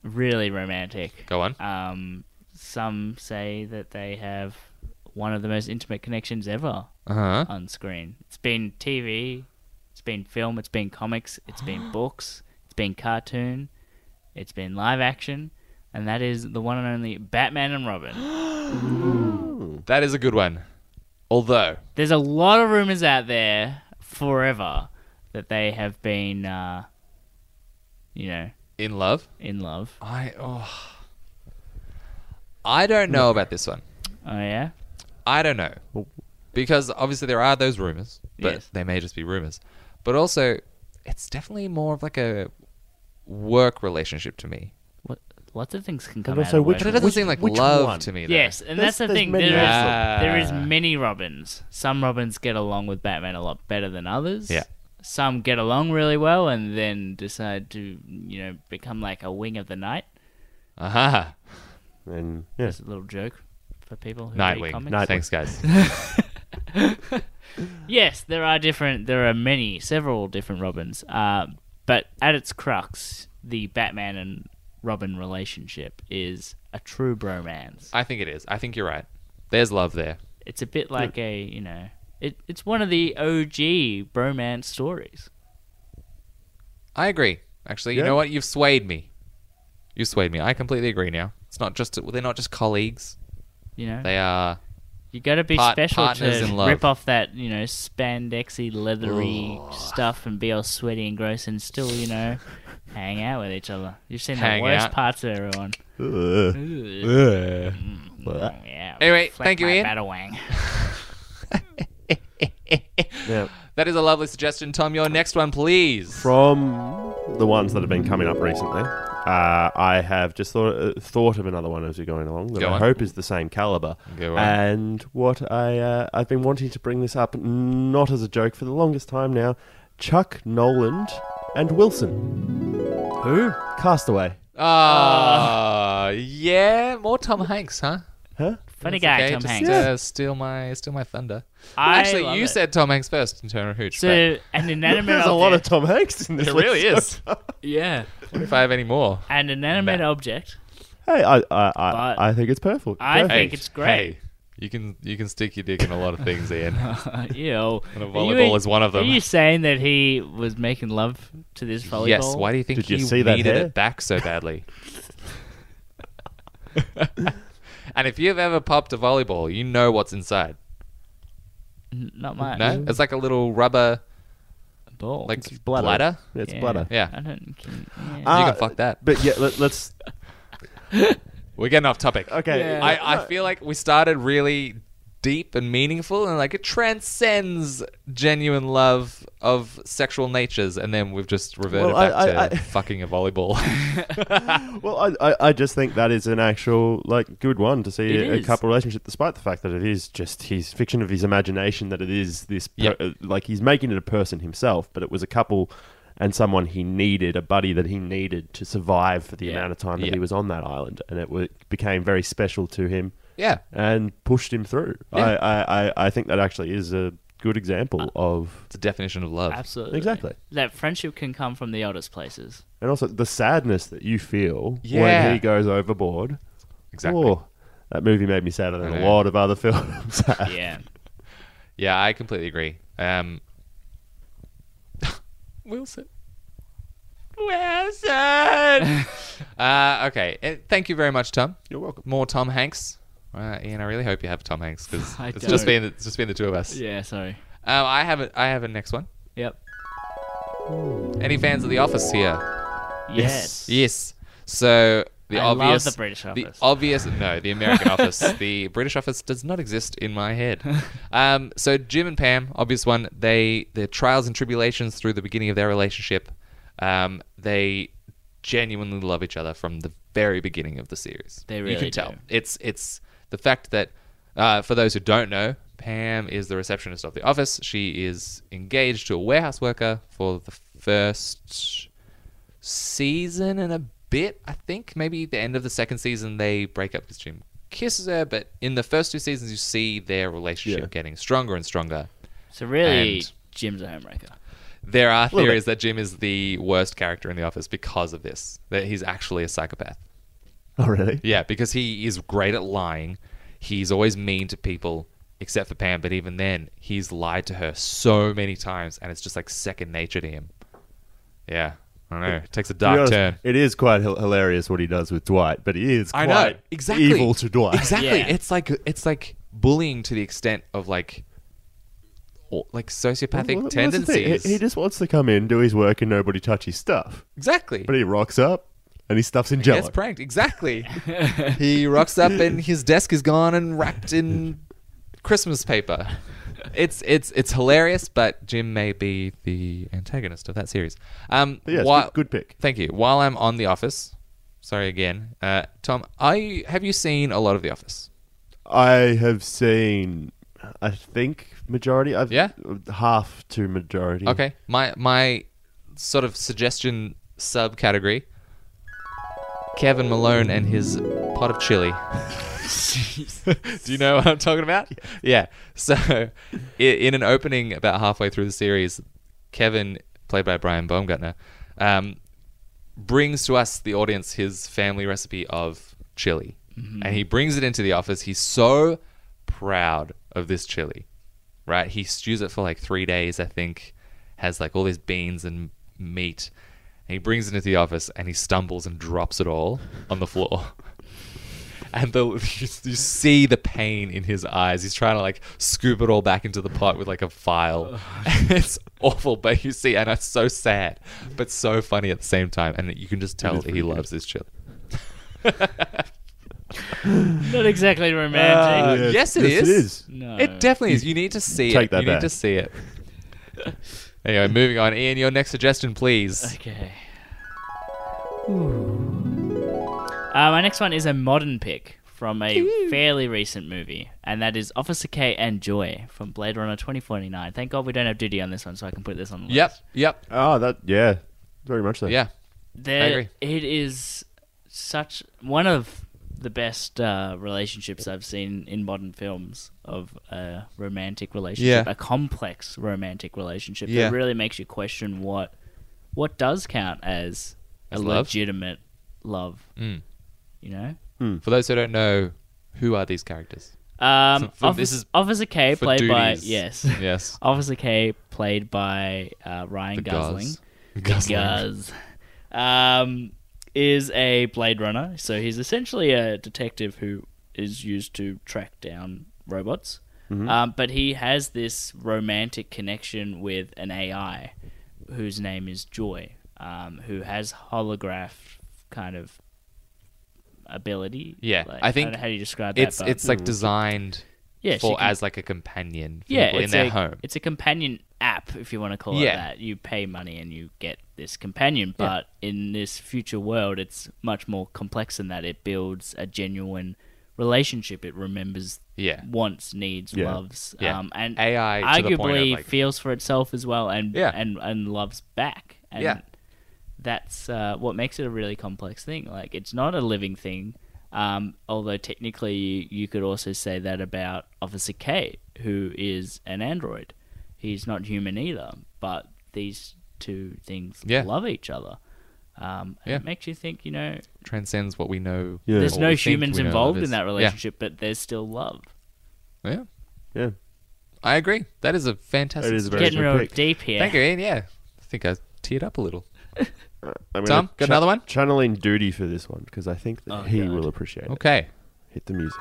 really romantic. go on. Um, some say that they have one of the most intimate connections ever Uh huh. on screen. It's been TV, it's been film, it's been comics, it's been books, it's been cartoon, it's been live action, and that is the one and only Batman and Robin. That is a good one. Although, There's a lot of rumors out there forever that they have been, uh, you know, in love, in love. I oh, I don't know about this one. Oh yeah, I don't know. Because obviously there are those rumors, but Yes. they may just be rumors. But also, it's definitely more of like a work relationship to me. what lots of things can come And out also, of which work. But it doesn't Which- seem like which love one? to me. Though. Yes, and that's There's- the there's thing. There many is of them. there is Ah. many Robins. Some Robins get along with Batman a lot better than others. Yeah. Some get along really well and then decide to, you know, become like a wing of the night. Aha. And yeah, It's a little joke for people who read Nightwing. comics. Thanks, guys. Yes, there are different. There are many, several different Robins. Uh, but at its crux, the Batman and Robin relationship is a true bromance. I think it is. I think you're right. There's love there. It's a bit like a, you know, it, it's one of the OG bromance stories. I agree. Actually, you Yeah. know what? You've swayed me. You swayed me. I completely agree now. It's not just they're not just colleagues. You know, They are You gotta be Part- special partners to in love. rip off that, you know, spandexy, leathery stuff and be all sweaty and gross and still, you [LAUGHS] know, hang out with each other. You've seen Hang the worst out. parts of everyone. Ugh. Ugh. Mm, yeah. Anyway, Flick thank you, my Ian. Battle wang. Yeah. That is a lovely suggestion, Tom. Your next one, please. From the ones that have been coming up recently, uh, I have just thought uh, thought of another one as we're going along that Go I on. hope is the same caliber. Go on. and what I uh, I've been wanting to bring this up, not as a joke, for the longest time now. Chuck Noland and Wilson. Who? Castaway. Ah, yeah, more Tom Hanks, huh? Huh? Funny That's guy, okay, Tom just, Hanks. Uh, steal my, steal my thunder. I Actually, love you it. said Tom Hanks first in Turner Hooch. So [LAUGHS] but [LAUGHS] an inanimate [LAUGHS] There's object. a lot of Tom Hanks in this. it really list. is. [LAUGHS] yeah. What if I have any more? An inanimate Nah. object. [LAUGHS] Hey, I I, I, But- I think it's perfect. I Perfect. think it's great. Hey, you can you can stick your dick in a lot of things, [LAUGHS] Ian. Ew. And a Are you- volleyball is one of Are them. you saying that he was making love to this volleyball? Yes. Why do you think Did you he see that needed hair? it back so [LAUGHS] badly? [LAUGHS] and if you've ever popped a volleyball, you know what's inside. N- Not much. No, it's like a little rubber Ball. like It's bladder. bladder. It's yeah. bladder. Yeah. I don't. Can, yeah. You Uh, can fuck that. But yeah, let, let's. We're getting off topic. Okay. Yeah. I, I feel like we started really deep and meaningful and like it transcends genuine love of sexual natures and then we've just reverted Well, I- back to I- I- fucking a [LAUGHS] volleyball. Well, I, I, I just think that is an actual like good one to see It a, is. couple relationship, despite the fact that it is just his fiction of his imagination that it is this per- Yep. uh, like he's making it a person himself, but it was a couple and someone he needed, a buddy that he needed to survive for the Yeah. amount of time that Yeah. he was on that island, and it w- became very special to him yeah. and pushed him through. Yeah. Uh I, I, I, I think that actually is a good example of It's a definition of love. Absolutely. Exactly. That friendship can come from the oddest places. and also the sadness that you feel Yeah. when he goes overboard. Exactly. Whoa. that movie made me sadder than I a know. lot of other [LAUGHS] [LAUGHS] films. Yeah. Yeah, I completely agree. Um [LAUGHS] Wilson. [LAUGHS] Wilson. uh, okay. Uh, Thank you very much, Tom. You're welcome. More Tom Hanks. Uh, Ian, I really hope you have Tom Hanks [LAUGHS] because I it's just don't. been it's just been the two of us. Yeah. Sorry. Um, I have a, I have a next one. Yep. Any fans of The Office here? Yes. Yes. So the I love obvious, the British Office. obvious, no, [LAUGHS] the American Office. The British Office does not exist in my head. Um, so Jim and Pam, obvious one. They their trials and tribulations through the beginning of their relationship. Um, they genuinely love each other from the very beginning of the series. They you really can tell. do. It's it's the fact that uh, for those who don't know, Pam is the receptionist of the office. She is engaged to a warehouse worker for the first season and a bit. I think maybe the end of the second season they break up because Jim kisses her. But in the first two seasons, you see their relationship Yeah. getting stronger and stronger. So really, And- Jim's a homewrecker. There are bit. theories that Jim is the worst character in the office because of this. That he's actually a psychopath. oh, really? Yeah, because he is great at lying. He's always mean to people, except for Pam. But even then, he's lied to her so many times, and it's just like second nature to him. Yeah, I don't know. It takes To a be dark honest, turn. It is quite hi- hilarious what he does with Dwight, but he is I quite know exactly evil to Dwight. [LAUGHS] Exactly, Yeah. it's like it's like bullying to the extent of like, or- like sociopathic Well, that's the thing. He- tendencies. He, just wants to come in, do his work, and nobody touch his stuff. exactly, But he rocks up and he stuffs in jello. gets pranked. Exactly. he rocks up and his desk is gone and wrapped in Christmas paper. It's it's it's hilarious, but Jim may be the antagonist of that series. Um, But yeah, it's whi- good- good pick. Thank you. While I'm on The Office, sorry again, uh, Tom. Are you, have you seen a lot of The Office? I have seen, I think majority. I've Yeah? half to majority. Okay, my my sort of suggestion subcategory: Kevin Malone and his pot of chili. [LAUGHS] Do you know what I'm talking about? Yeah. So, i- in an opening about halfway through the series, Kevin, played by Brian Baumgartner, um, brings to us the audience his family recipe of chili, and he brings it into the office. He's so proud of this chili, right? He stews it for like three days, I think. Has like all these beans and meat. And he brings it into the office, and he stumbles and drops it all on the floor and the, [LAUGHS] you, you see the pain in his eyes. He's trying to like scoop it all back into the pot with like a file. [LAUGHS] it's awful, but you see, and it's so sad, [LAUGHS] but so funny at the same time. And you can just tell that he loves his chili. Not exactly romantic. yes, it yes, is. it is. no. It definitely is. You need to see it. Take that you need back. to see it. [LAUGHS] anyway, moving on. Ian, your next suggestion, please. Okay. Uh, my next one is a modern pick from a fairly recent movie, and that is Officer K and Joy from Blade Runner 2049. Thank God we don't have duty on this one, so I can put this on the Yep, list. yep, Oh, that yeah, very much so. yeah. There, agree. It is such one of the best uh, relationships I've seen in modern films of a romantic relationship, Yeah. a complex romantic relationship Yeah. that really makes you question what what does count as, As a love? Mm. legitimate love. You know, Hmm. For those who don't know, who are these characters? um, for- Officer, this is Officer K for played by duties. [LAUGHS] yes, Yes. Officer K played by uh, Ryan The Gosling. Gos. Guz. Um, is a Blade Runner, so he's essentially a detective who is used to track down robots. Mm-hmm. Um, but he has this romantic connection with an AI whose name is Joy, um, who has holograph kind of ability. Yeah, Like, I don't think know how do you describe It's that? but- it's like designed Yeah, she for can- as like a companion for yeah, people in it's their a, home. It's a companion app, if you want to call Yeah. it that. You pay money and you get this companion, but in this future world, it's much more complex than that. It builds a genuine relationship. It remembers Yeah. wants, needs, Yeah. loves, Yeah. um, and AI to the point of, arguably like- feels for itself as well, and Yeah. and and loves back. And Yeah. that's uh, what makes it a really complex thing. Like it's not a living thing. Um, although technically, you, you could also say that about Officer K, who is an android. He's not human either, but these two things Yeah. love each other. Um, and Yeah. It makes you think, you know, Transcends what we know. Yeah. there's all no the things humans we know of involved as- in that Yeah. relationship, but there's still love. Yeah. yeah. I agree. That is a fantastic. It is a very Getting good real pick. deep here. Thank you, Ian. Yeah, I think I teared up a little. I'm Tom, gonna got another one? Channeling duty for this one because I think that he will appreciate it. Okay. Hit the [LAUGHS] music.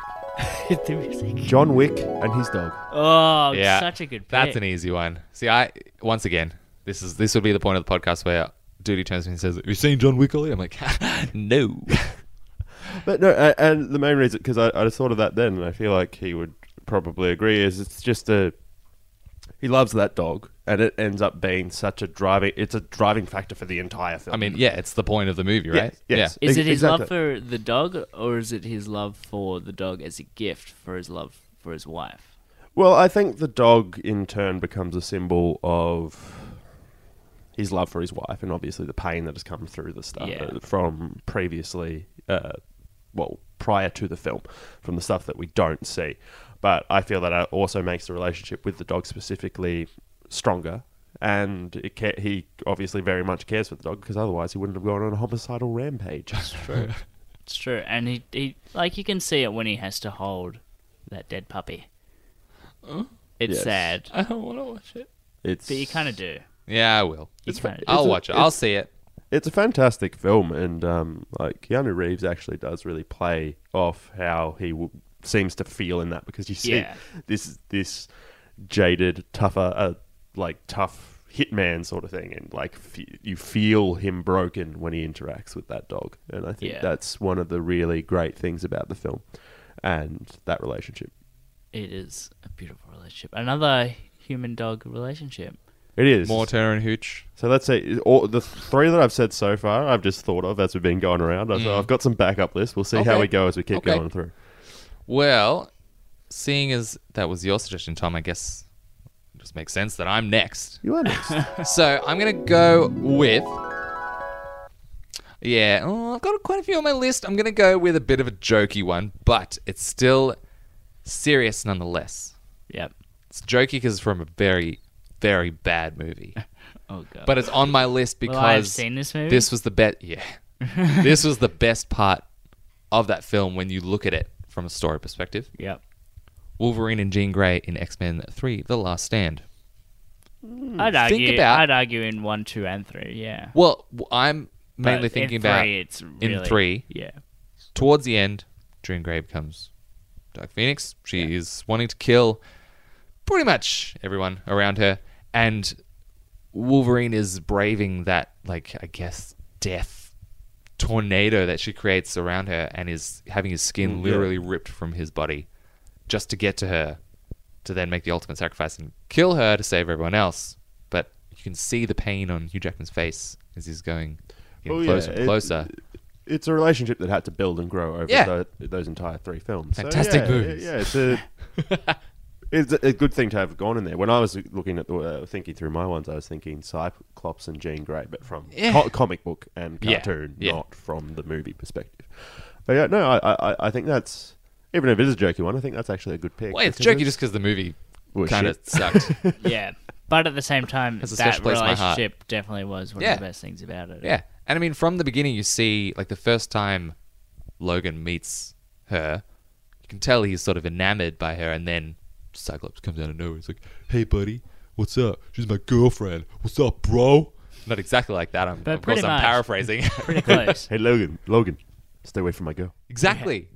Hit the music. John Wick and his dog. Oh, Yeah, such a good pick. That's an e- easy one. See, I once again, this is this would be the point of the podcast where Duty turns to me and says, "Have you seen John Wick lately?" I'm like, [LAUGHS] "No." [LAUGHS] But no, a- and the main reason because I, I just thought of that then, and I feel like he would probably agree. Is it's just a he loves that dog, and it ends up being such a driving. It's a driving factor for the entire film. I mean, yeah, it's the point of the movie, right? yes. Is it his Exactly. love for the dog, or is it his love for the dog as a gift for his love for his wife? Well, I think the dog in turn becomes a symbol of his love for his wife, and obviously the pain that has come through the stuff Yeah. uh, from previously, uh, well, prior to the film, from the stuff that we don't see. But I feel that uh, also makes the relationship with the dog specifically stronger. And it ca- he obviously very much cares for the dog because otherwise he wouldn't have gone on a homicidal rampage. It's true, and he, he like you can see it when he has to hold that dead puppy. It's Yes. sad, I don't want to watch it. It's but you kind of do. Yeah, I will. You kind of I'll a- watch it. it's- I'll see it. it's a fantastic film, and um, like Keanu Reeves actually does really play off how he w- seems to feel in that because you see Yeah. this this jaded, tougher, uh, like tough hitman sort of thing, and like f- you feel him broken when he interacts with that dog, and I think Yeah. that's one of the really great things about the film and that relationship. It is a beautiful relationship, another human dog relationship. It is Mortar and Hooch. So let's say all the three that I've said so far, I've just thought of as we've been going around. I've, I've got some backup lists. We'll see Okay. how we go as we keep Okay. going through. Well, seeing as that was your suggestion, Tom, I guess it just makes sense that I'm next. You are next. [LAUGHS] So I'm gonna go with. Yeah, oh, I've got quite a few on my list. I'm gonna go with a bit of a jokey one, but it's still serious nonetheless. Yep. It's jokey because it's from a very, very [LAUGHS] bad movie, Oh god. but it's on my list because well, I've seen this movie. this was the best. [LAUGHS] Yeah, this was the best part of that film when you look at it from a story perspective. Yep. Wolverine and Jean Grey in X Men Three: The Last Stand. I'd argue. Hmm. about- I'd argue in one, two, and three. Yeah. Well, w- I'm But mainly in thinking three, about it's in really- three. Yeah. towards the end, Jean Grey becomes Dark Phoenix. She is wanting to kill pretty much everyone around her, and Wolverine is braving that, like I guess, death tornado that she creates around her and is having his Mm, skin literally ripped from his body just to get to her to then make the ultimate sacrifice and kill her to save everyone else. But you can see the pain on Hugh Jackman's face as he's going getting Oh, yeah, closer and it- closer. It's a relationship that had to build and grow over Yeah. tho- those entire three films. So, Fantastic yeah, movies. Yeah, it's [LAUGHS] a, it's a a good thing to have gone in there. When I was looking at the, uh, thinking through my ones, I was thinking Cyclops and Jean Grey, but from Yeah. co- comic book and Yeah, cartoon, yeah. not from the movie perspective. But yeah, no, I, I, I think that's even if it is a jerky one, I think that's actually a good pick. Well, it's because jerky just because the movie Well, kind of shit. sucked. yeah. But at the same time, Has a that special place in my heart. relationship definitely was one Yeah. of the best things about it. yeah. And I mean, from the beginning, you see, like, the first time Logan meets her, you can tell he's sort of enamored by her, and then Cyclops comes out of nowhere. Oh, He's like, hey, buddy, what's up? She's my girlfriend. What's up, bro? Not exactly like that. I'm, But of course, pretty I'm much. paraphrasing. [LAUGHS] Pretty close. Hey Logan, Logan, stay away from my girl. Exactly.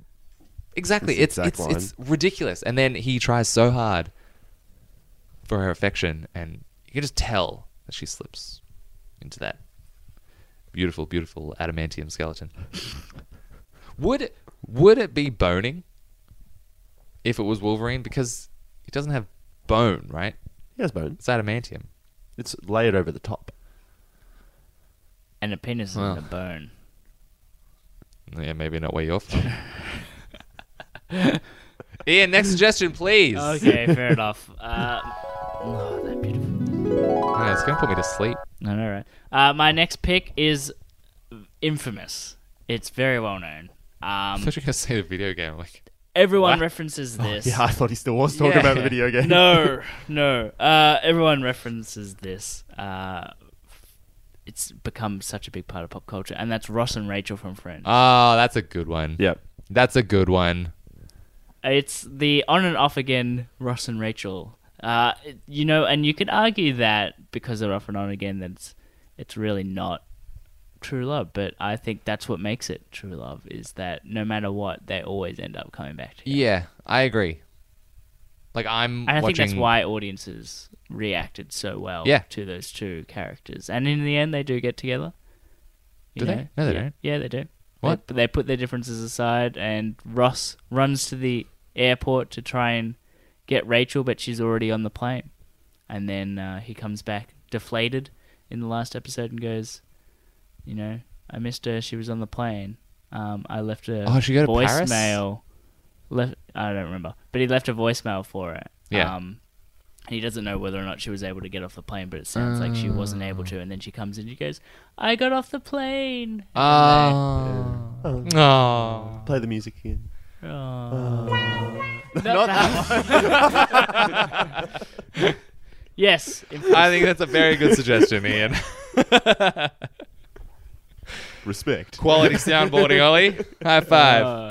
Exactly. That's It's the it's, exact it's ridiculous. And then he tries so hard for her affection and you can just tell that she slips into that beautiful, beautiful adamantium skeleton. would would it be boning if it was Wolverine? Because he doesn't have bone, right? He has bones. It's adamantium. It's layered over the [LAUGHS] top. And a penis Well. and a bone. Yeah, maybe not where [LAUGHS] you're from. Ian, next suggestion, [LAUGHS] please. Okay, fair enough. Uh, oh, that beautiful. Yeah, it's gonna put me to sleep. No, no, right. Uh, my next pick is infamous. It's very well known. Um, I thought you were gonna say the video game. Like, everyone What? references this. Oh, Yeah, I thought he still was talking about the video game. [LAUGHS] no, no. Uh, everyone references this. Uh, it's become such a big part of pop culture, and that's Ross and Rachel from Friends. oh, that's a good one. Yep. that's a good one. It's the on and off again Ross and Rachel. Uh, it- you know, and you could argue that because they're off and on again, that it's, it's really not true love. But I think that's what makes it true love is that no matter what, they always end up coming back together. Yeah, I agree. Like And I'm I watching. think that's why audiences reacted so well Yeah. to those two characters. And in the end, they do get together. You Do they? know? No, they yeah. don't. Yeah, they do. What? They, they put their differences aside, and Ross runs to the airport to try and get Rachel, but she's already on the plane. And then uh, he comes back deflated in the last episode and goes, You know, I missed her. She was on the plane. Um, I left a Oh, she go to Paris? voicemail. Left, I don't remember, but he left a voicemail for her. Yeah. Um, and he doesn't know whether or not she was able to get off the plane, but it sounds like she wasn't able Oh. to. And then she comes in, she goes, "I got off the plane." Oh. Oh. Play the music again. "Oh." [LAUGHS] Yes, in- I think that's a very good suggestion, Ian. Respect. [LAUGHS] Quality soundboarding, Ollie. High five. Uh,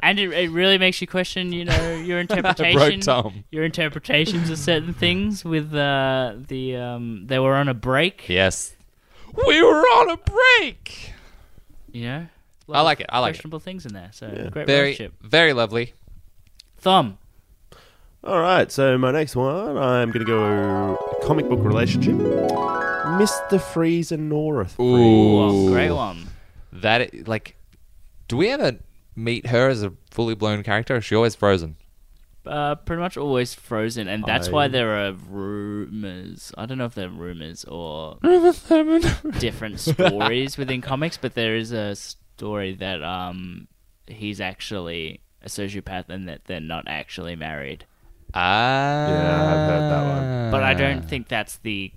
and it, it really makes you question, you know, your I interpretation. [LAUGHS] broke Tom. Your interpretations of certain things. With uh, the um, they were on a break. Yes. We were on a break. You know, I like it. I like it. questionable things in there. So great Very, relationship. very lovely. Thumb. All right, so my next one, I'm going to go comic book relationship. Mr. Freeze and Nora. Well, great one. That i- like, do we ever meet her as a fully blown character? Or is she always frozen? Uh, pretty much always frozen, and that's why I- there are rumors. I don't know if they're rumors or [LAUGHS] different stories within comics, but there is a story that um he's actually a sociopath and that they're not actually married. Ah. Yeah, I've heard that one. But I don't think that's the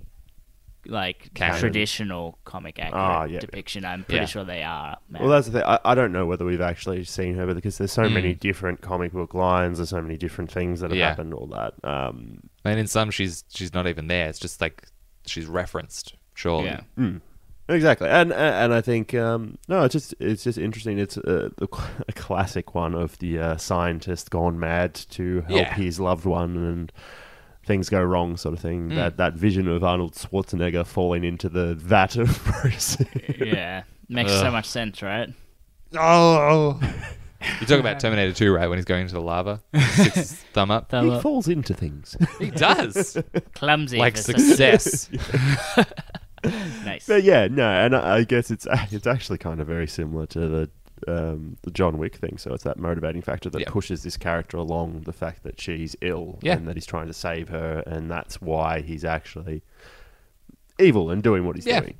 like Canon. traditional comic accurate Ah, yeah, yeah. depiction. I'm pretty Yeah. sure they are married. Well, that's the thing. I, I don't know whether we've actually seen her because there's so many different comic book lines, there's so many different things that have Yeah. happened, all that. Um, And in some, she's she's not even there. It's just like she's referenced. Surely. [LAUGHS] yeah. exactly. And and I think, um, no, it's just it's just interesting. It's a, [LAUGHS] a classic one of the uh, scientist gone mad to help Yeah. his loved one and things go wrong sort of thing. That, that vision of Arnold Schwarzenegger falling into the vat of [LAUGHS] Bruce. yeah. Makes so much sense, right? Oh. You talk about Terminator 2, right? When he's going into [LAUGHS] the lava, sticks his thumb up. Thumb he up. falls into things. He does. Clumsy. [LAUGHS] like [LAUGHS] for some- success. Nice. But yeah, no, and I I guess it's [LAUGHS] it's actually kind of very similar to the um, the John Wick thing. So it's that motivating factor that Yeah. pushes this character along. The fact that she's ill Yeah. and that he's trying to save her, and that's why he's actually evil and doing what he's Yeah. doing.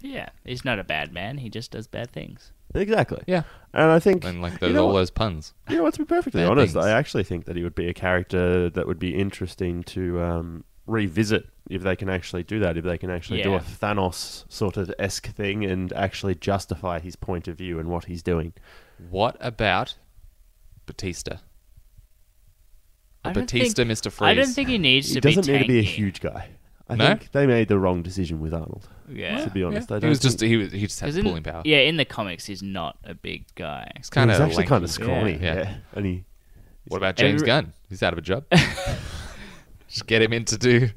Yeah, he's not a bad man. He just does bad things. Exactly. Yeah. And I think And like you those, know all what? those puns. You know, what, to be perfectly Bad honest, things. I actually think that he would be a character that would be interesting to um, revisit if they can actually do that. If they can actually do Yeah. a Thanos sort of esque thing and actually justify his point of view and what he's doing. What about Batista? I don't Batista, think- Mr. Freeze. I don't think he needs He to be. doesn't need to be a tanky. huge guy. I No? think they made the wrong decision with Arnold. Yeah. To be honest, I he don't was think- just he was he just had 'Cause in- pulling power. Yeah, in the comics, he's not a big guy. It's kind he's of actually kind of scrawny. Yeah. Yeah. and he What about James Every- Gunn? He's out of [LAUGHS] a job. Just get him in to do.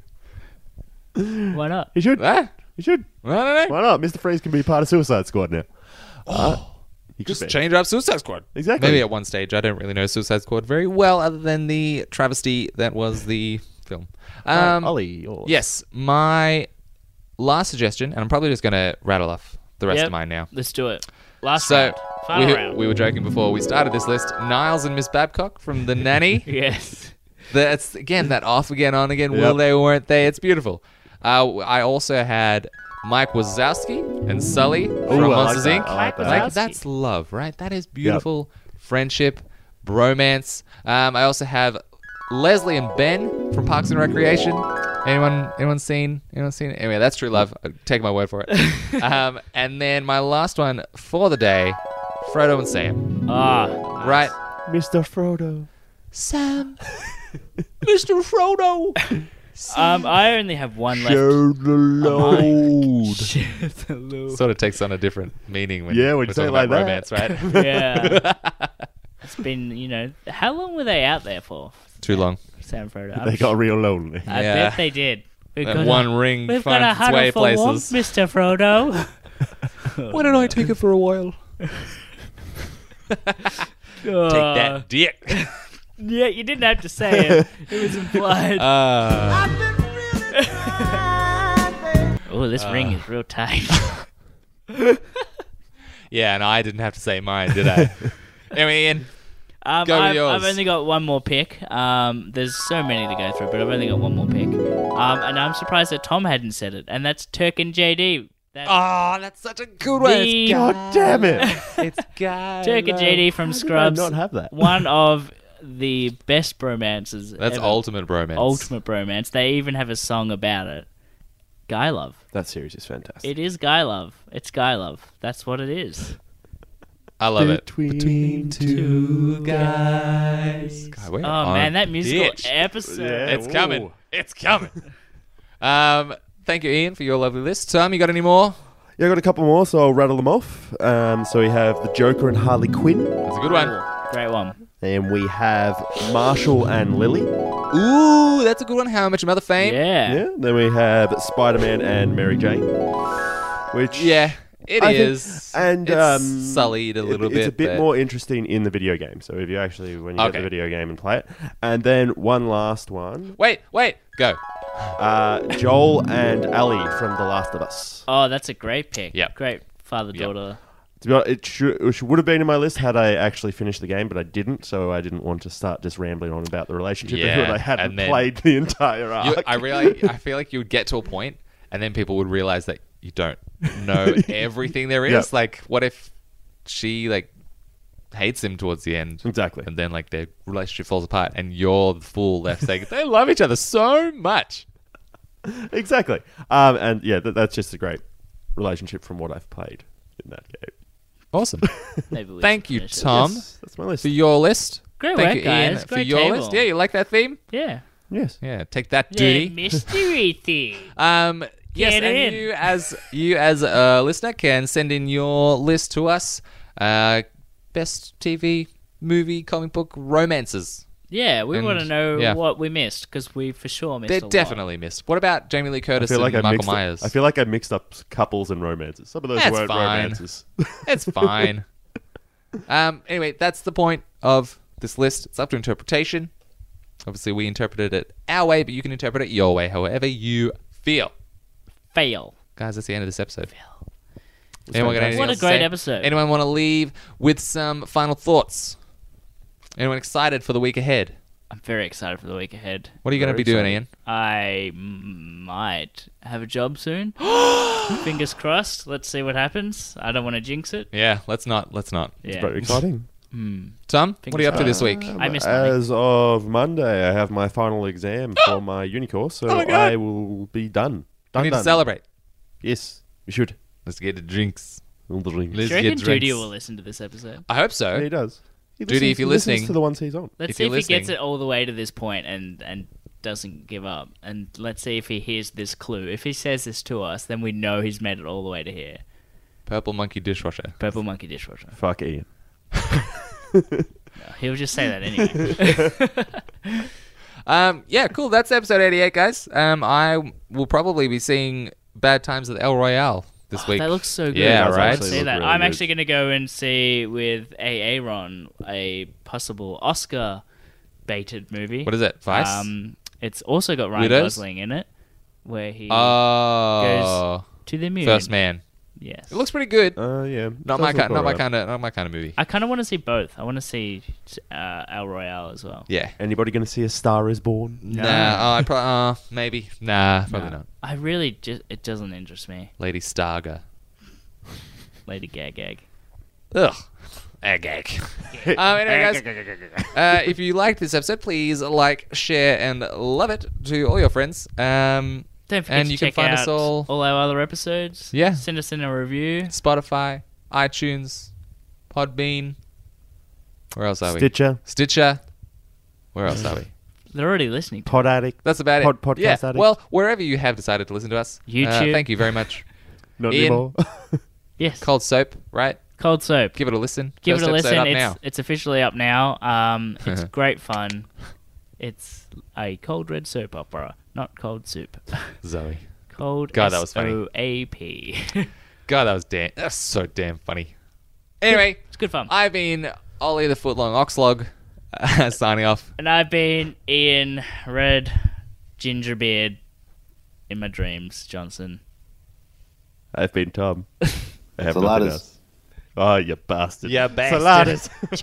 Why not? he should Ah, he should I don't know. why not? Mister Freeze can be part of Suicide Squad now. Oh, he could Just be. change up Suicide Squad. Exactly. Maybe at one stage, I don't really know Suicide Squad very well, other than the travesty that was the film. Um, Ollie. Or Yes, my last suggestion, and I'm probably just going to rattle off the rest Yep. of mine now. Let's do it. Last So round. Final we, round. we were joking before we started this list. Niles and Miss Babcock from The [LAUGHS] Nanny. yes. That's again that off again, on again. Will they? Weren't they? It's beautiful. Uh, I also had Mike Wazowski and Sully from I like Monsters that. Inc. I like Mike that. Like, that's love, right? That is beautiful friendship, bromance. Um, I also have Leslie and Ben from Parks and Recreation. Anyone? Anyone seen? Anyone seen? it? Anyway, that's true love. Uh, Take my word for [LAUGHS] it. um, and then my last one for the day, Frodo and Sam. Ah. Right? Mr. Frodo. Sam, Mr. Frodo. Um, I only have one left. Show the load. [LAUGHS] sort of takes on a different meaning when Yeah, we're when you say talking it like about romance, that. [LAUGHS] right? yeah. It's been, you know, how long were they out there for, Too long. Sam Frodo? I'm They got real lonely. I Yeah. bet they did. We've That got one a, ring We've got a finds its huddle way for warmth, places. Mr. Frodo. Why don't I take it for a while? take that dick. [LAUGHS] Yeah, you didn't have to say it. It was implied. Uh, oh, this ring is real tight. yeah, and I didn't have to say mine, did [LAUGHS] I? anyway, Ian, [LAUGHS] Um, Go with I've, yours. I've only got one more pick. Um, there's so many to go through, but I've only got one more pick. Um, and I'm surprised that Tom hadn't said it, and that's Turk and JD. That's Oh, that's such a good one. the It's God damn [LAUGHS] it! It's guy. Turk and JD from Scrubs. not have that? one of the best bromances. That's ever. ultimate bromance. Ultimate bromance. They even have a song about it. Guy love. That series is fantastic. It is guy love. It's guy love. That's what it is. I love it. Between, two guys. God, we're Oh on man, that musical bitch. episode. Yeah. It's coming. Ooh. It's coming. um, thank you, Ian, for your lovely list. Tom, you got any more? Yeah, I got a couple more, so I'll rattle them off. Um, so we have the Joker and Harley Quinn, That's a good one. Great one. and we have Marshall and Lily. Ooh, that's a good one. How much mother fame? Yeah. Yeah. Then we have Spider Man and Mary Jane, which Yeah, it is. I think- and it's um, sullied a it- little bit. It's a bit but- more interesting in the video game. So if you actually when you get Okay. the video game and play it, and then one last one, Wait, wait, go. uh, Joel and Ellie from The Last of Us. Oh, that's a great pick. Yep. Great father daughter. To be honest, it, should, it should- would have been in my list had I actually finished the game, but I didn't, so I didn't want to start just rambling on about the relationship Yeah, when I hadn't and then- played the entire arc. You, I really, I feel like you would get to a point, and then people would realize that you don't know everything there [LAUGHS] is. Yeah. Like, what if she like hates him towards the end? Exactly. And then like their relationship falls apart, and you're the fool left saying they love each other so much. exactly. Um, and yeah, that, that's just a great relationship from what I've played in that game. Awesome. Maybe we Thank should you, finish it. Tom, Yes, that's my list. for your list. Great Thank work, you, guys. Ian, for Great your table. list. Yeah, you like that theme? Yeah. yes. Yeah, take that, The duty. [LAUGHS] mystery thing. Um, yes, Get in. and you as you as a listener can send in your list to us. Uh, best TV, movie, comic book romances. Yeah, we And- want to know yeah. what we missed because we for sure missed. They're a lot. definitely missed. What about Jamie Lee I Curtis feel, like and I, Michael mixed up- Myers? I feel [LAUGHS] like I mixed up couples and romances. Some of those That's weren't fine. romances. it's fine. um, anyway, that's the point of this list. It's up to interpretation. Obviously, we interpreted it our way, but you can interpret it your way, however you feel. fail. Guys, that's the end of this episode. Anyone got anything What a else to great say? episode. Anyone want to leave with some final thoughts? Anyone excited for the week ahead? I'm very excited for the week ahead. What are you going to be doing, Ian? I m- might have a job [GASPS] soon. Fingers crossed. Let's see what happens. I don't want to jinx it. Yeah, let's not. Let's not. Yeah. [LAUGHS] Very exciting. Tom, what are Fingers Uh, you up to this week? I Uh, miss money. As of Monday, I have my final exam for my uni course, so I will be done. We Done, need to done. celebrate. Yes, we should. Let's get the drinks. All the rings. Liz- Do get you reckon drinks. Judy will listen to this episode? I hope Yeah, he so. does. He Judy, listens- if you're he listens listening- to the ones he's on. Let's If see if you're he gets listening. it all the way to this point and and doesn't give up. And let's see if he hears this clue. If he says this to us, then we know he's made it all the way to here. Purple monkey dishwasher. Purple monkey dishwasher. Fuck Ian. He'll just say that anyway. [LAUGHS] Um, yeah, cool. That's episode 88, guys. Um, I will probably be seeing Bad Times at the El Royale this week. Oh, that looks so good. Yeah, I'd right? love to See Look that. really I'm good. actually going to go and see with Aaron a possible Oscar baited movie. What is it? Vice? Um, it's also got Ryan Widows? Gosling in it, where he oh, to the moon. Uh, First Man. Yes. It looks pretty good. Uh, yeah. not my kind. Not my kind of. Not my kind of movie. I kind of want to see both. I want to see uh, El Royale as well. Yeah. Anybody going to see A Star Is Born? Nah. Oh, I pro- uh, maybe. Nah. Probably Nah. not. I really just it doesn't interest me. Lady Starga. Lady Gag Gag. Ugh. [LAUGHS] Egg [LAUGHS] egg. um, anyway, guys, uh, if you liked this episode, please like, share, and love it to all your friends. Um, Don't forget and to you check can find out us all our other episodes. Yeah. Send us in a review. Spotify, iTunes, Podbean. Where else are we? Stitcher, Stitcher. Where [LAUGHS] else are we? They're already listening. Pod Addict. That's about it. Pod- podcast yeah. addict. Well, wherever you have decided to listen to us, uh, YouTube. thank you very much. Not Ian. anymore. [LAUGHS] Yes. Cold soap, right? Cold soap. Give it a listen. Give First it a episode listen. Up It's now. it's officially up now. [LAUGHS] Um, it's great fun. It's a cold red soap opera, not cold soup. Zoe. Cold. God, that was funny. [LAUGHS] S-O-A-P. God, that was damn. That's so damn funny. Anyway, it's good fun. I've been Ollie the Footlong Oxlog [LAUGHS] uh, signing off. and I've been Ian Red Gingerbeard in my dreams, Johnson. I've been [LAUGHS] Tom. I have Saladas. nothing else. Oh, you bastard. Yeah, Saladas. This